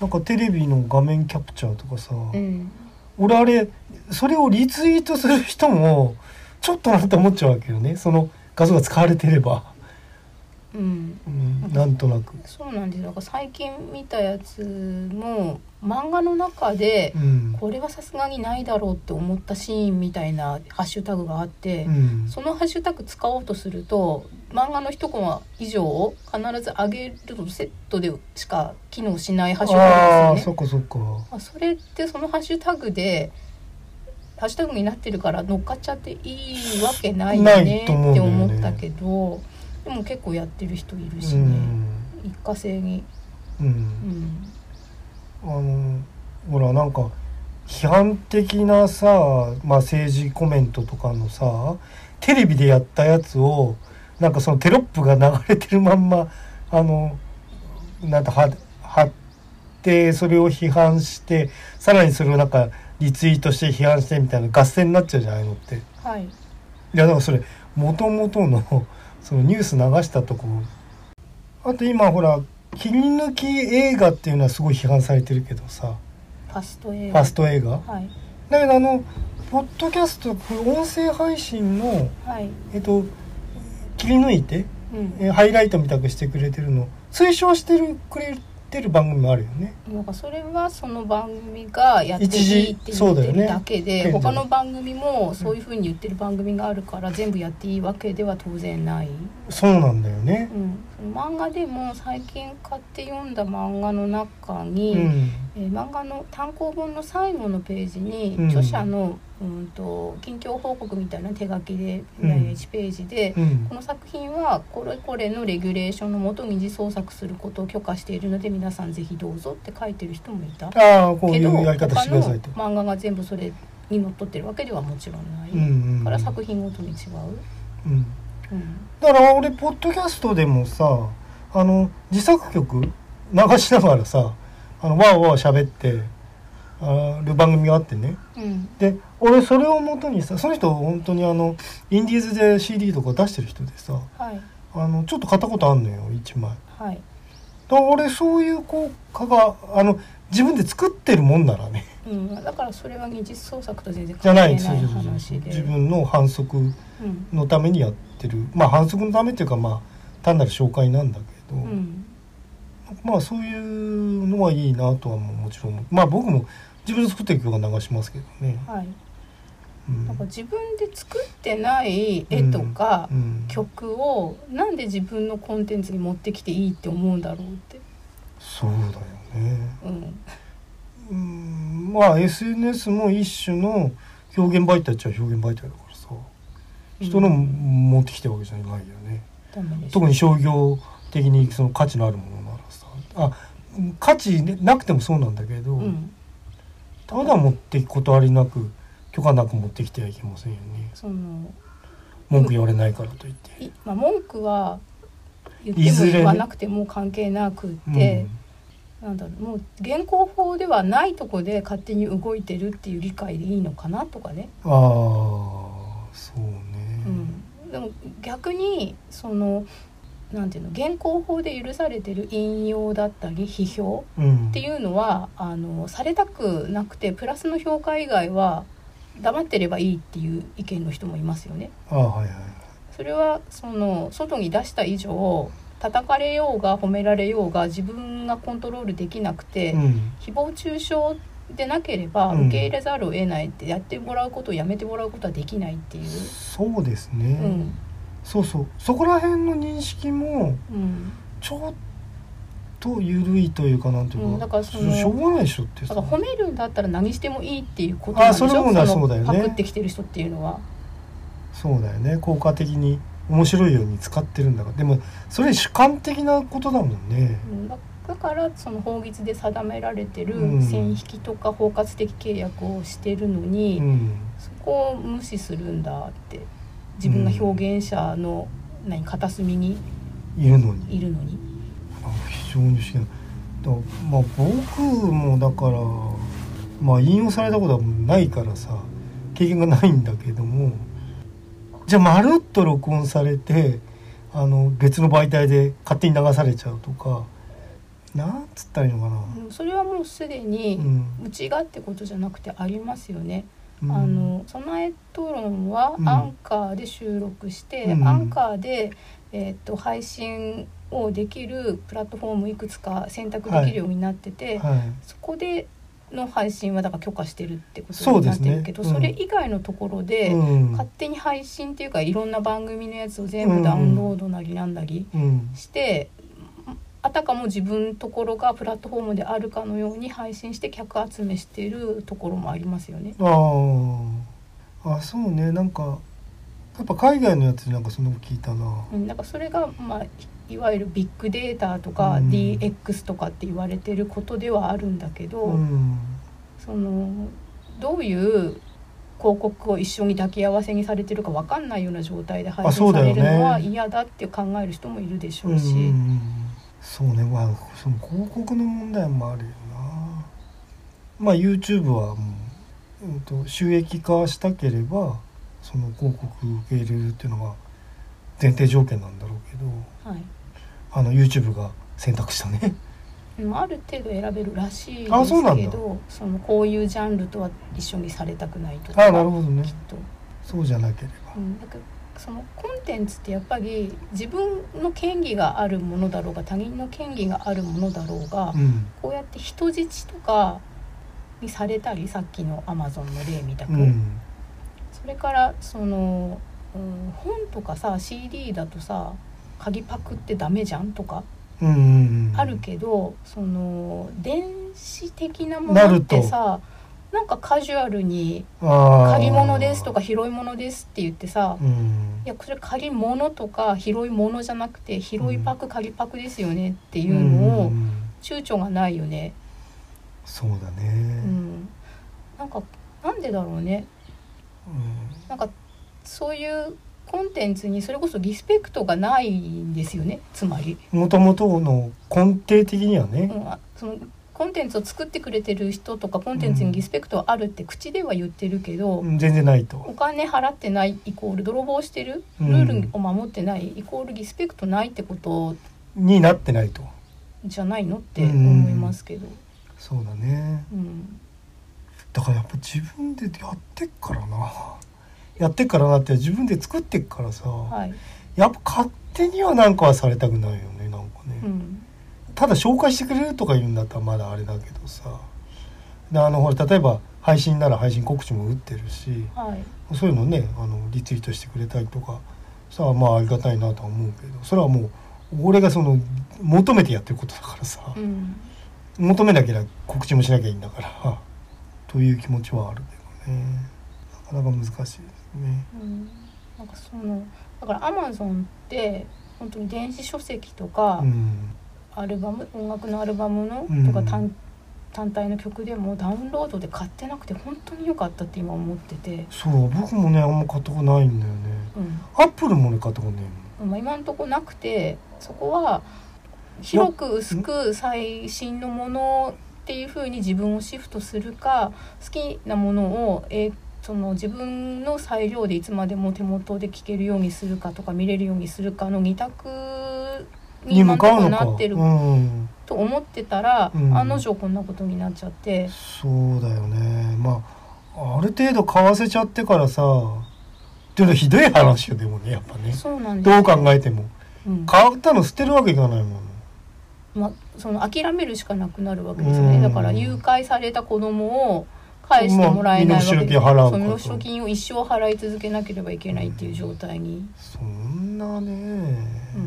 A: なんかテレビの画面キャプチャーとかさ、
B: うん、
A: 俺あれそれをリツイートする人もちょっとなって思っちゃうわけよねその画像が使われてれば、
B: うん
A: うん、なんとなく。
B: そうなんですだから最近見たやつも漫画の中で
A: うん
B: これはさすがにないだろうって思ったシーンみたいなハッシュタグがあって、
A: うん
B: そのハッシュタグ使おうとすると漫画の一コマ以上を必ず上げるとセットでしか機能しないハッシュタ
A: あ
B: グ
A: あ
B: です
A: そ
B: よ
A: っか
B: ね
A: そっか
B: あそれってそのハッシュタグでハッシュタグになってるから乗っかっちゃっていいわけないよ
A: ない
B: ね
A: と思うん
B: って
A: だよね
B: 思ったけど、でも結構やってる人いるし
A: う
B: ね、
A: ん、
B: 一過性に。
A: う、
B: うんん
A: あのほらなんか批判的なさ、まあ、政治コメントとかのさテレビでやったやつをなんかそのテロップが流れてるまんまあのなんかは貼ってそれを批判してさらにそれをなんかリツイートして批判してみたいな合戦になっちゃうじゃないのって。
B: はい
A: いやだからそれもともとのそのニュース流したとこあと今ほら切り抜き映画っていうのはすごい批判されてるけどさ
B: ファスト映
A: フ
B: 画
A: ァスト映画
B: はい
A: だけどあのポッドキャスト音声配信の
B: はい
A: えっと切り抜いて
B: うん
A: えハイライトみたくしてくれてるの推奨してるくれてる番組もあるよね
B: なんかそれはその番組がやっていいっ
A: 一
B: て
A: 時そうだ
B: 言って
A: よ
B: る
A: ね
B: だけで
A: 現状
B: 他の番組もそういうふうに言ってる番組があるから全部やっていいわけでは当然ない、
A: そうなんだよね
B: うん、その漫画でも最近買って読んだ漫画の中
A: う
B: に、
A: ん
B: えー漫画の単行本の最後のページに、
A: うん
B: 著者のうんと近況報告みたいな手書きで
A: うん
B: 1ページで、
A: うん
B: この作品はこれこれのレギュレーションのもとに自創作することを許可しているので皆さんぜひどうぞって書いてる人もいたけ
A: ああこうい
B: ど
A: うやり方して
B: 他
A: くだ
B: の
A: さいと
B: 漫画が全部それにのっとってるわけではもちろんない、
A: うんうん
B: から作品ごとに違う、
A: うん
B: うん、
A: だから俺ポッドキャストでもさあの自作曲流しながらさあのわーわー喋ってある番組があってね
B: うん、
A: で俺それをもとにさその人本当にあのインディーズで CD とか出してる人でさ
B: はい
A: あのちょっと買ったことあんのよ1枚だか
B: はい
A: ら俺そういう効果があの自分で作ってるもんなら ね
B: うん、だからそれは技術創作と全然
A: じゃ
B: 関係
A: な
B: ないい
A: んですよ
B: 話で
A: 自分の反則のためにやってるまあ反則のためっていうかまあ単なる紹介なんだけど、
B: うん、うん
A: まあそういうのはいいなとはもうもちろん思うまあ僕も自分で作ってる曲は流しますけどね、
B: はい、
A: うん
B: なんか自分で作ってない絵とか
A: うん
B: 曲をなんで自分のコンテンツに持ってきていいって思うんだろうって、
A: そうだよね、
B: うん、
A: うん、まあ SNS も一種の表現媒体っちゃ表現媒体だからさ人の持ってきてるわけじゃないよね、
B: ダメです
A: 特に商業的にその価値のあるものならさあ価値なくてもそうなんだけど、
B: うん、
A: ただ持っていくことありなく許可なく持ってきてはいけませんよね
B: その
A: 文句言われないからといって。
B: い、まあ、文句は言っ
A: い
B: ても
A: ずれね
B: 言わなくても関係なくって、なんだろうもう現行法ではないとこで勝手に動いてるっていう理解でいいのかなとかね、
A: うん、ああそうね、
B: うん、でも逆にそのなんていうの現行法で許されてる引用だったり批評
A: うん、
B: っていうのはあのされたくなくてプラスの評価以外は黙ってればいいっていう意見の人もいますよね。
A: あーはいはい
B: それはその外に出した以上叩かれようが褒められようが自分がコントロールできなくて、
A: うん
B: 誹謗中傷でなければ
A: うん
B: 受け入れざるを得ないって、やってもらうことをやめてもらうことはできないっていう。
A: そうですね、
B: うん
A: そうそうそこら辺の認識も
B: うん、
A: ちょっと緩いというかなんていうか,、
B: うんだからその
A: しょうがないでしょって
B: だ
A: さ
B: から褒めるんだったら何してもいいっていうことなんでしょ
A: あそれもだそうだよね
B: パクってきてる人っていうのは。
A: そうだよね効果的に面白いように使ってるんだからでもそれ主観的なことだもんね
B: うんだだからその法律で定められてる
A: うん
B: 線引きとか包括的契約をしてるの
A: う
B: に、
A: ん
B: そこを無視するんだって自分が表現者の何片隅に
A: いるのに
B: いるのに、
A: あ非常に不思議なだまあ僕もだからまあ引用されたことはないからさ経験がないんだけどもじゃあまるっと録音されてあの別の媒体で勝手に流されちゃうとかなんつったらいいのかな、
B: うんそれはもうすで
A: う
B: に
A: ん
B: うちがってことじゃなくてありますよね。
A: うん
B: あの備え討論は
A: うん
B: アンカーで収録して、
A: うん
B: アンカーで、えー、と配信をできるプラットフォームいくつか選択できるようになってて、
A: はい、
B: そこでの配信はだから許可してるってことになってるけどそ,、
A: そうですねうん
B: れ以外のところで、
A: うん
B: 勝手に配信っていうかいろんな番組のやつを全部ダウンロードなりなんだり
A: うん
B: して、あたかも自分のところがプラットフォームであるかのように配信して客集めしてるところもありますよね。
A: あーあそうねなんかやっぱ海外のやつなんかその聞いたな
B: うん、なんかそれが、まあ、いいわゆるビッグデータとか
A: うん
B: DX とかって言われてることではあるんだけど、
A: うん
B: そのどういう広告を一緒に抱き合わせにされてるか分かんないような状態で配
A: あそう
B: 信さ
A: だよ
B: れ
A: ね
B: るのは嫌だって考える人もいるでしょ
A: うんう
B: うんし、
A: うんそうねまあその広告の問題もあるよなまあ YouTube はもう、うん、と収益化したければその広告受け入れるっていうのが前提条件なんだろうけど
B: はい
A: あの YouTube が選択したね
B: まあ、ある程度選べるらしいですけ
A: あそうなんだ
B: どそのこういうジャンルとは一緒にされたくないとか
A: あなるほどね
B: きっと。
A: そうじゃなければ
B: うん、なんかそのコンテンツってやっぱり自分の権利があるものだろうが他人の権利があるものだろうが、
A: うん
B: こうやって人質とかにされたりさっきのアマゾンの例みたく、
A: うん
B: それからその、うん、本とかさ CD だとさ鍵パクってダメじゃんとか
A: うんうんうん
B: あるけど、その電子的なも
A: な
B: の
A: る
B: っ
A: と
B: てさなんかカジュアルに「
A: あー
B: 借り物です」とか「拾い物です」って言ってさ
A: うん
B: いやこれ借り物とか拾い物じゃなくて拾いパク借りパクですよねっていうのを
A: ん
B: 躊躇がないよね。
A: そうだ
B: う
A: ね、
B: ん、なんかなんでだろうねなんかそういうコンテンツにそれこそリスペクトがないんですよねつまり、
A: もともとの根底的には
B: う
A: ね、
B: ん、あそのコンテンツを作ってくれてる人とかコンテンツにリスペクトはあるって口では言ってるけど、
A: うん全然ない
B: お
A: と
B: 金払ってないイコール泥棒してる
A: う
B: ル
A: ん
B: ールを守ってないイコールリスペクトないってこと
A: になってないと
B: じゃないのって
A: うん
B: 思いますけど。
A: そうだね
B: うん
A: だからやっぱ自分でやってっからなやってっからなって自分で作ってっからさ、
B: はい
A: やっぱ勝手にはなんかはされたくないよねなんかね、
B: うん
A: ただ紹介してくれるとか言うんだったらまだあれだけどさであのほら例えば配信なら配信告知も打ってるし、
B: はい
A: そういうのねあのリツイートしてくれたりとかさまあありがたいなとは思うけどそれはもう俺がその求めてやってることだからさ、
B: うん
A: 求めなきゃ告知もしなきゃいいんだから という気持ちはあるけどねなかなか難しいですね。
B: うんなんかそのだからアマゾンって本当に電子書籍とか、
A: うん、
B: アルバム音楽のアルバムの
A: うん
B: とか単,、単体の曲でもダウンロードで買ってなくて本当に良かったって今思ってて、
A: そう僕もねあんま買ったことないんだよね。
B: う
A: アップルもね買ったことない
B: んまあ、今んとこなくてそこは広く薄く最新のものっていう風に自分をシフトするか好きなものを、えーその自分の裁量でいつまでも手元で聴けるようにするかとか見れるようにするかの二
A: の
B: 択に
A: に向
B: 今んと
A: かう
B: こ
A: の
B: な
A: か。
B: ってる
A: うん
B: と思ってたら、
A: うん
B: 案の定こんなことになっちゃって、
A: そうだよねまあある程度買わせちゃってからさっていうのはひどい話よでもねやっぱね
B: そうなんです
A: ど
B: よ
A: う考えても
B: うん
A: 買ったの捨てるわけいかないもん
B: ま、その諦めるしかなくなるわけですよね、
A: うん
B: だから誘拐された子供を返してもらえないわけで
A: まあ
B: そう
A: 身代金
B: 身
A: 払うこと
B: 代金を一生払い続けなければいけないっていう状態に。
A: そんなね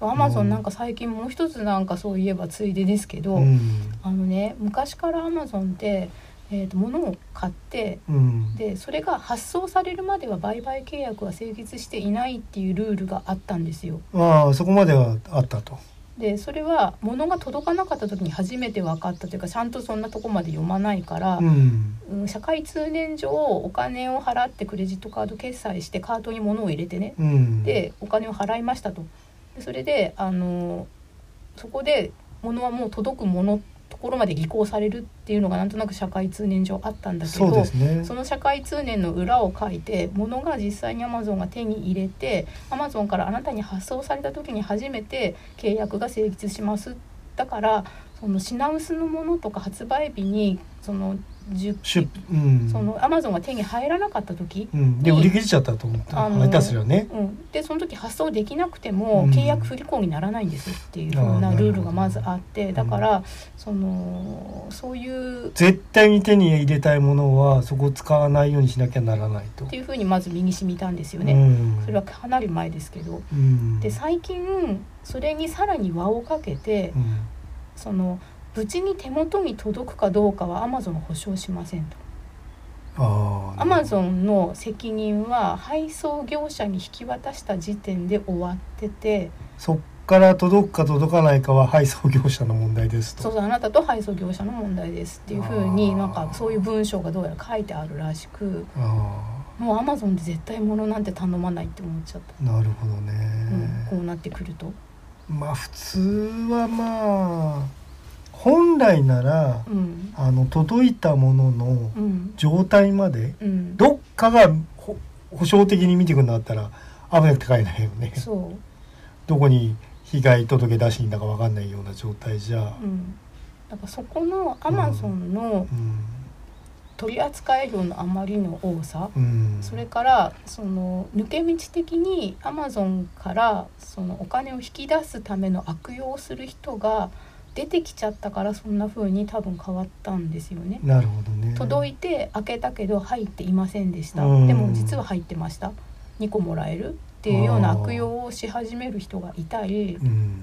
B: アマゾンなんか最近もう一つなんかそういえばついでですけど、
A: うん
B: あのね昔からアマゾンって、えー、と物を買って
A: うん
B: でそれが発送されるまでは売買契約は成立していないっていうルールがあったんですよ。
A: まあそこまではあったと
B: でそれは物が届かなかった時に初めて分かったというかちゃんとそんなとこまで読まないから
A: う、ん
B: うん社会通念上お金を払ってクレジットカード決済してカートに物を入れてね
A: うん
B: でお金を払いましたとでそれであのそこで物はもう届くものところまで履行されるっていうのがなんとなく社会通念上あったんだけ
A: そう
B: ど
A: ですね
B: その社会通念の裏を書いて物が実際に Amazon が手に入れて Amazon からあなたに発送された時に初めて契約が成立しますっだからその品薄のものとか発売日にその10
A: 出うん
B: そのアマゾンが手に入らなかった時、
A: うん、で
B: に
A: 売り切れちゃったと思った
B: あのー
A: 配達料ね
B: うん、でその時発送できなくて
A: う
B: も
A: ん
B: 契約不履行にならないんですっていうふ
A: あ
B: う
A: ーな
B: な
A: るほど
B: ルールがまずあってだからそのそういうっ
A: 絶対に手に入れたいものはそこを使わないようにしなきゃならないと
B: ていうふうにまず身に染みたんですよ
A: う
B: ね。
A: ん、
B: それはかなり前ですけど
A: うん、
B: で最近それにさらに輪をかけて
A: うん
B: その無事に手元に届くかどうかはアマゾン保証しませんと。
A: あ
B: アマゾンの責任は配送業者に引き渡した時点で終わってて
A: そっから届くか届かないかは配送業者の問題です
B: そう
A: と
B: そうあなたと配送業者の問題ですっていうふうに
A: あー
B: なんかそういう文章がどうやら書いてあるらしく
A: あ
B: もうアマゾンで絶対物なんて頼まないって思っちゃった、
A: あなるほど
B: うん、こ
A: ね、
B: うなってくると、
A: まあ普通はまあ本来なら
B: うん
A: あの届いたものの
B: うん
A: 状態まで
B: うん、
A: どっかがほ保証的に見てくんだったら危なくて買えないよね
B: そ
A: どこに被害届出しにんだかわかんないような状態じゃ
B: う、うん、だからそこのアマゾンの
A: うん、
B: 取り扱い量のあまりの多さ
A: うん、
B: それからその抜け道的にアマゾンからそのお金を引き出すための悪用をする人が出てきちゃったからそんな風に多分変わったんですよね。
A: なるほどね
B: 届
A: い
B: いて開けたけど入っていませんでした、
A: うん
B: でも実は入ってました2個もらえるっていうような悪用をし始める人がいたり
A: うん、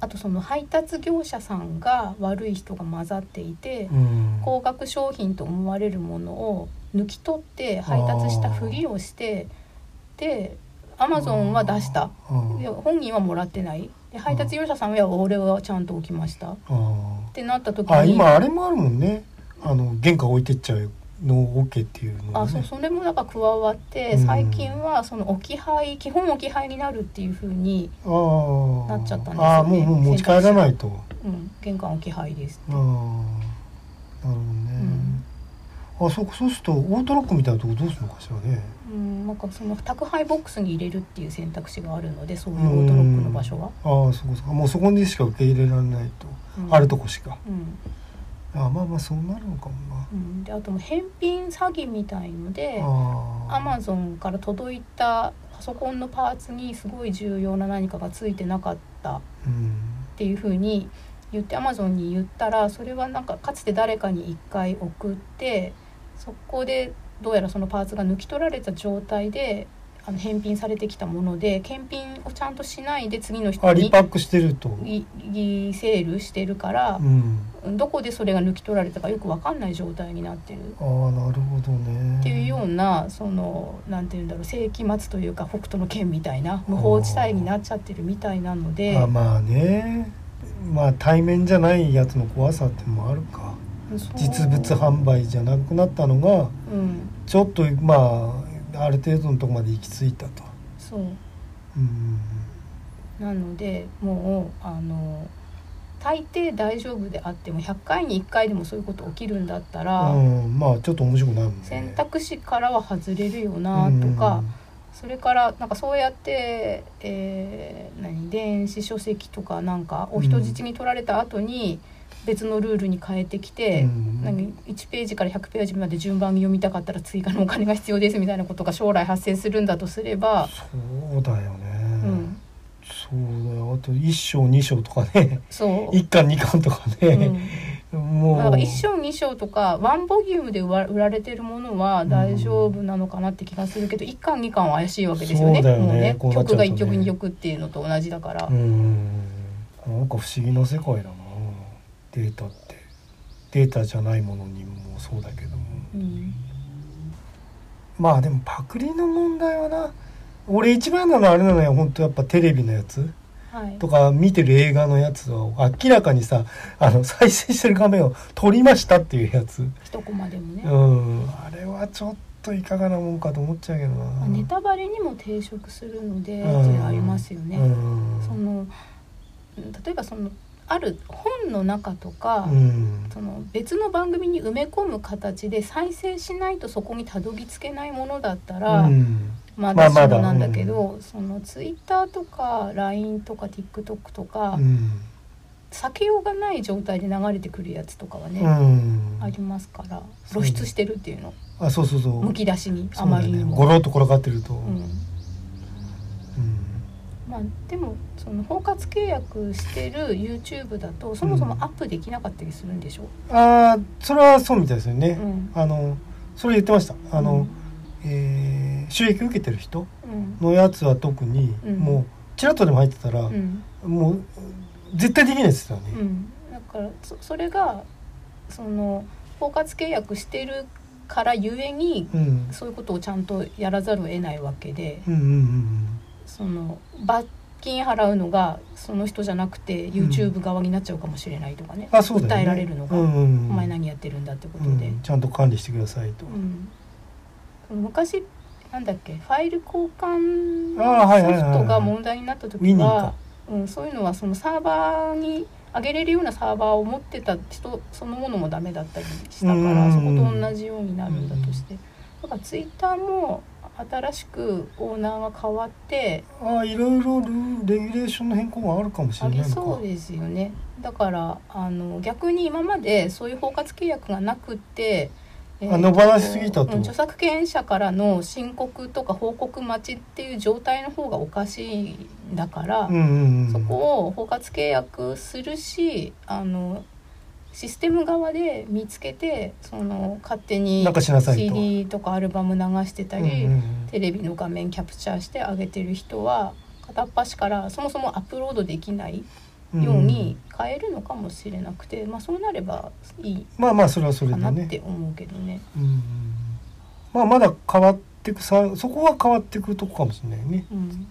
B: あとその配達業者さんが悪い人が混ざっていて
A: うん、
B: 高額商品と思われるものを抜き取って配達したふりをしてでアマゾンは出した
A: あー
B: いや本人はもらってないで配達業者さんは「いや俺はちゃんと置きました」っ
A: あ
B: てなった時
A: ーあ
B: に
A: 今あれもあるもんねあの原価置いてっちゃうの OK っていうのが
B: あ
A: ね
B: そうそれもなんか加わって
A: うん
B: 最近はその置き配基本置き配になるっていう風に、
A: ああ
B: なっちゃったんですよね
A: ああもうもう持ち帰らないと
B: うん、玄関置き配です
A: ああなるほどね、あそこそうするとオートロックみたいなとこどうするのかしらね
B: うんなんかその宅配ボックスに入れるっていう選択肢があるのでそういうオートロックの場所は、
A: ああそこそこもうそこにしか受け入れられないと、
B: うん
A: あるとこしか
B: うん
A: あまあまあそうなるのかもな
B: うん、であともう返品詐欺みたいので
A: ああ
B: アマゾンから届いたパソコンのパーツにすごい重要な何かがついてなかった
A: うん
B: っていうふうに言ってアマゾンに言ったらそれはなんかかつて誰かに1回送ってそこでどうやらそのパーツが抜き取られた状態であの返品されてきたもので検品をちゃんとしないで次の人
A: あリ
B: に
A: パックしてると
B: リリセールしてるから
A: う、ん
B: どこでそれが抜き取られたかよく分かんない状態になってる。
A: ああなるほどね
B: っていうようなそのなんて言うんだろう世紀末というか北斗の剣みたいな無法地帯になっちゃってるみたいなので
A: あまあねまあ対面じゃないやつの怖さってのもあるか
B: そう
A: 実物販売じゃなくなったのが
B: うん
A: ちょっとまあある程度のとこまで行き着いたと
B: そう
A: うん
B: なのでもうあの大抵大丈夫であっても100回に1回でもそういうこと起きるんだったら、
A: うん、まあちょっと面白くないもんね
B: 選択肢からは外れるよなとか、それからなんかそうやって、えー何電子書籍とかなんかを人質に取られた後に別のルールに変えてき
A: うん
B: て。
A: うん
B: 何1ページから100ページまで順番に読みたかったら追加のお金が必要ですみたいなことが将来発生するんだとすれば、
A: そうだよね、
B: うん、
A: そうだよあと1章2章とかね
B: そう、
A: 1巻2巻とか
B: うん
A: ね、、もう
B: なんか1章2章とかワンボリュームで売ら売られてるものは大丈夫なのかなって気がするけど、1巻2巻は怪しいわけですよね
A: そうだよね
B: もうね
A: こうなっちゃうと
B: 曲
A: ね
B: が1曲2曲っていうのと同じだから、
A: うんなんか不思議な世界だなデータってデータじゃないものにもそうだけども
B: うん
A: まあでもパクリの問題はな俺一番なのはあれなのよ本当やっぱテレビのやつ
B: はい
A: とか見てる映画のやつを明らかにさあの再生してる画面を撮りましたっていうやつ
B: 一コマでもね、
A: うんあれはちょっといかがなもんかと思っちゃうけど
B: ま
A: な
B: あネタバレにも抵触するので、
A: うん
B: それありますよね。
A: うん
B: その例えばそのある本の中とか、
A: うん
B: その別の番組に埋め込む形で再生しないとそこにたどり着けないものだったら、
A: うん
B: ま
A: まあ
B: だ
A: まだ
B: まだなんだけど、そのツイッターとか LINE とか TikTok とか、
A: うん
B: 避けようがない状態で流れてくるやつとかはね、
A: うん
B: ありますから
A: そう
B: 露出してるっていうの
A: あそうそうそう
B: むき出しにあ
A: そう
B: ま
A: だ
B: りに
A: ね
B: も。
A: ゴロッと転がってると、う
B: うん
A: ん
B: まあ、でもその包括契約してる YouTube だとそもそもアップできなかったりするんでしょ、
A: ああそれはそうみたいですよね、
B: うん
A: あのそれ言ってましたあの、えー収益受けてる人
B: うん
A: のやつは特に、
B: うん
A: もうちらっとでも入ってたら、
B: うん
A: もう絶対できないですよね、
B: うん、だからそそれがその包括契約してるからゆえに
A: うん、うん
B: そういうことをちゃんとやらざるを得ないわけで
A: うんうん
B: その罰金払うのがその人じゃなくて YouTube 側になっちゃうかもしれないとかね、
A: あそうだよね
B: 訴えられるのが
A: うんうん
B: お前何やってるんだってこと
A: う
B: で。
A: ん、ちゃんと管理してくださいと、
B: うん、昔なんだっけファイル交換
A: あーはいはいはいはい
B: ソフトが問題になった時
A: ウィニー
B: は
A: か、
B: うん、そういうのはそのサーバーに上げれるようなサーバーを持ってた人そのものもダメだったりした
A: う
B: か
A: ん
B: らそこと同じようになるんだとしてだからツイッターも新しくオーナーが変わって
A: ああいろいろルールレギュレーションの変更があるかもし
B: あ
A: れない
B: り
A: のか
B: そうですよねだからあの逆に今までそういう包括契約がなくって、え
A: あ野放しすぎたと
B: うん著作権者からの申告とか報告待ちっていう状態の方がおかしいんだから、
A: うんうんうん、
B: そこを包括契約するしあのシステム側で見つけてその勝手に
A: なんかしなさいと
B: CD とかアルバム流してた
A: うん
B: り、
A: うん
B: テレビの画面キャプチャーして上げてる人は片っ端からそもそもアップロードできない
A: うん
B: ように変えるのかもしれなくて、まあそうなればいい
A: まあまあそれはそれ
B: か
A: で
B: なっ
A: ね
B: て思うけどね。
A: うんうんまあまだ変わってくさそこは変わってくとこかもしれないね
B: うん。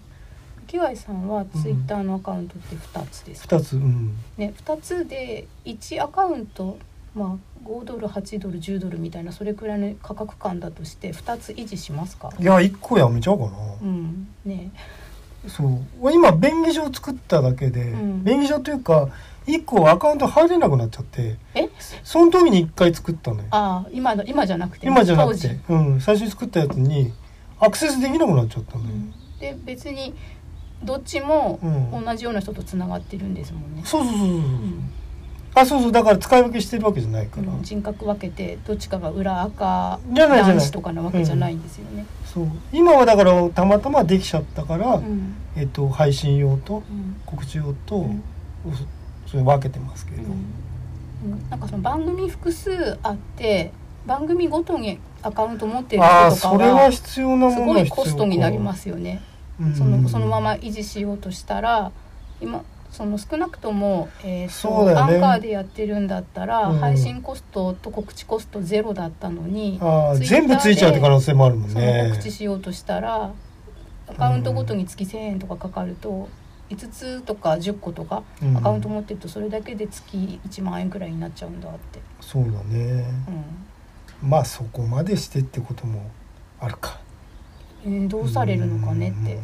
B: 池貝さんはツイッターのアカウントって2つですか、
A: 2つうん
B: ね2つで1アカウントまあ5ドル8ドル10ドルみたいなそれくらいの価格感だとして2つ維持しますか
A: いや1個やめちゃおうかな、
B: うんね
A: そう今便宜上作っただけで、
B: うん
A: 便宜上というか1個アカウント入れなくなっちゃって
B: え
A: その時に1回作ったのよ
B: ああ今の今じゃなくて
A: 今じゃなく
B: 当時
A: て、うん、最初に作ったやつにアクセスできなくなっちゃったのよ、
B: で別にどっちも
A: うん
B: 同じような人とつながってるんですもんね、
A: そうそうそうそうそう、
B: うん
A: あそうそうだから使い分けしてるわけじゃないから、
B: うん人格分けてどっちかが裏赤
A: じゃないじゃない
B: 男子とかなわけじゃないんですよね。
A: そう今はだからたまたまできちゃったから、
B: うん
A: えっと、配信用と
B: うん
A: 告知用と、
B: うん
A: そそれ分けてますけど、
B: うんなんかその番組複数あって番組ごとにアカウント持ってる
A: ああ
B: 人とか
A: それは
B: はす
A: 必要なもの
B: ご
A: はい必要、
B: コストになりますすよね。
A: うん
B: そのそのまま維持しようとしたら今その少なくとも、えーと
A: そうだよね
B: アンカーでやってるんだったら、
A: うん
B: 配信コストと告知コストゼロだったのに、
A: ああ
B: Twitter
A: 全部ついちゃうって可能性もあるもん
B: その
A: ね
B: 告知しようとしたらアカウントごとに月1,000円とかかかると5つとか10個とか
A: うん
B: アカウント持ってるとそれだけで月1万円くらいになっちゃうんだって、
A: そうだね
B: う
A: まあそこまでしてってこともあるか
B: んえーどうされるのかねって、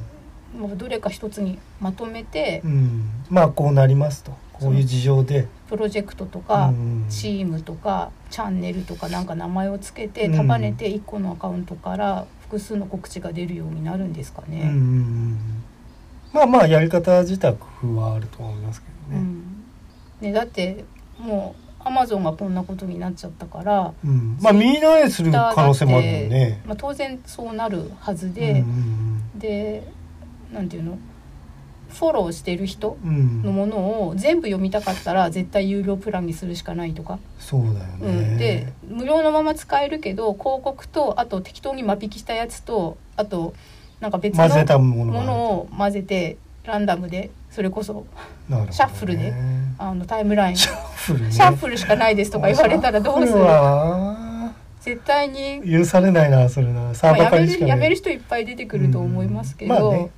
B: まあ、どれか一つにまとめて
A: うん、うんまあこうなりますとこういう事情で
B: プロジェクトとか
A: うん
B: チームとかチャンネルとかなんか名前をつけて
A: うん
B: 束ねて1個のアカウントから複数の告知が出るようになるんですか
A: うんうんう
B: ね。
A: んまあまあやり方自体は工夫はあると思いますけ
B: う
A: どね、
B: んねだってもうアマゾンがこんなことになっちゃったから
A: うんまあ見ないする可能性もあるもんね
B: まあ、当然そうなるは
A: う
B: ず
A: ん
B: で、でなんていうのフォローしてる人
A: うんうん、う
B: の
A: ん、
B: ものを全部読みたかったら絶対有料プランにするしかないとか、
A: そうだよ
B: う
A: ね、
B: ん、で無料のまま使えるけど広告とあと適当に間引きしたやつとあとなんか別の
A: 混ぜたもの
B: も
A: が
B: のを混ぜてランダムでそれこそ
A: なるほどね
B: シャッフルであのタイムライン
A: シ
B: シ
A: ャッフルね
B: ャッフルしかないですとか言われたらどうす
A: シャッフ
B: る
A: ルは
B: 絶対に
A: 許されないなそれなサ
B: ま
A: ーバー
B: あ、や
A: 管
B: め
A: 理しか
B: る
A: ない
B: やめる人いっぱい出てくると思いますけど、
A: うんまあね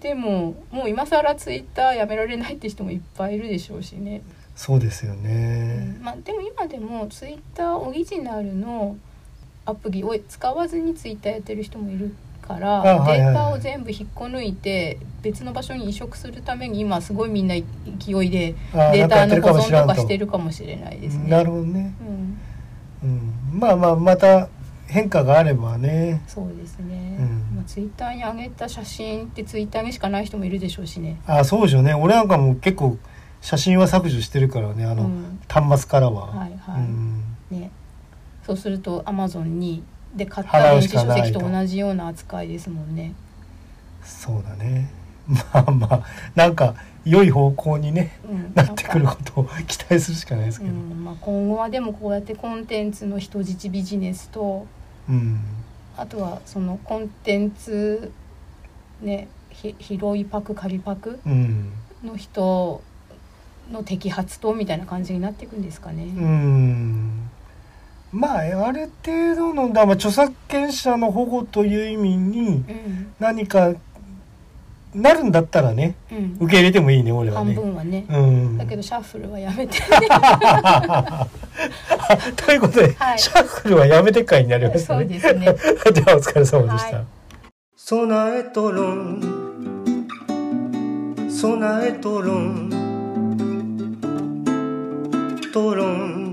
B: でももう今更ツイッターやめられないって人もいっぱいいるでしょうしね、
A: そうですよね、
B: まあ、でも今でもツイッターオリジナルのアプリを使わずにツイッターやってる人もいるから
A: あはい
B: デ
A: はいはい
B: ータを全部引っこ抜いて別の場所に移植するために今すごいみんな勢いで
A: あ
B: データの保存とか
A: な
B: してるかもしれないですね。
A: なるほどね、
B: うん、
A: うん、まあまあまた変化があればね
B: そうですね、
A: うん
B: まあ、ツイッターに上げた写真ってツイッターにしかない人もいるでしょうしね。
A: あそうでしょうね俺なんかも結構写真は削除してるからねあの、
B: うん
A: 端末からは、
B: はいはい
A: うん
B: ね、そうするとアマゾンにで買っ
A: 払
B: た
A: う
B: 電
A: し
B: 子
A: か
B: 書
A: ないと
B: 籍と同じような扱いですもんね。
A: そうだね まあまあなんか良い方向にね
B: うん、
A: なってくる
B: なんか
A: ことを期待するしかないです
B: う
A: けど、うん
B: んまあ、今後はでもこうやってコンテンツの人質ビジネスとあとはそのコンテンツねひ拾いパク借りパク
A: うん
B: の人の摘発とみたいな感じになっていくんですかね。
A: うんまあある程度のだ、まあ、著作権者の保護という意味に
B: うん
A: 何かなるんだったらね
B: うん
A: 受け入れてもいいね俺は
B: 半
A: ね。
B: 分はね、
A: うん、
B: だけどシャッフルはやめて
A: ということで、
B: はい
A: シャッフルはやめて会になりました
B: そう
A: ね。
B: ですね。
A: じゃあお疲れ 様でした。
B: はい
A: ソナエトロンソナエトロントロン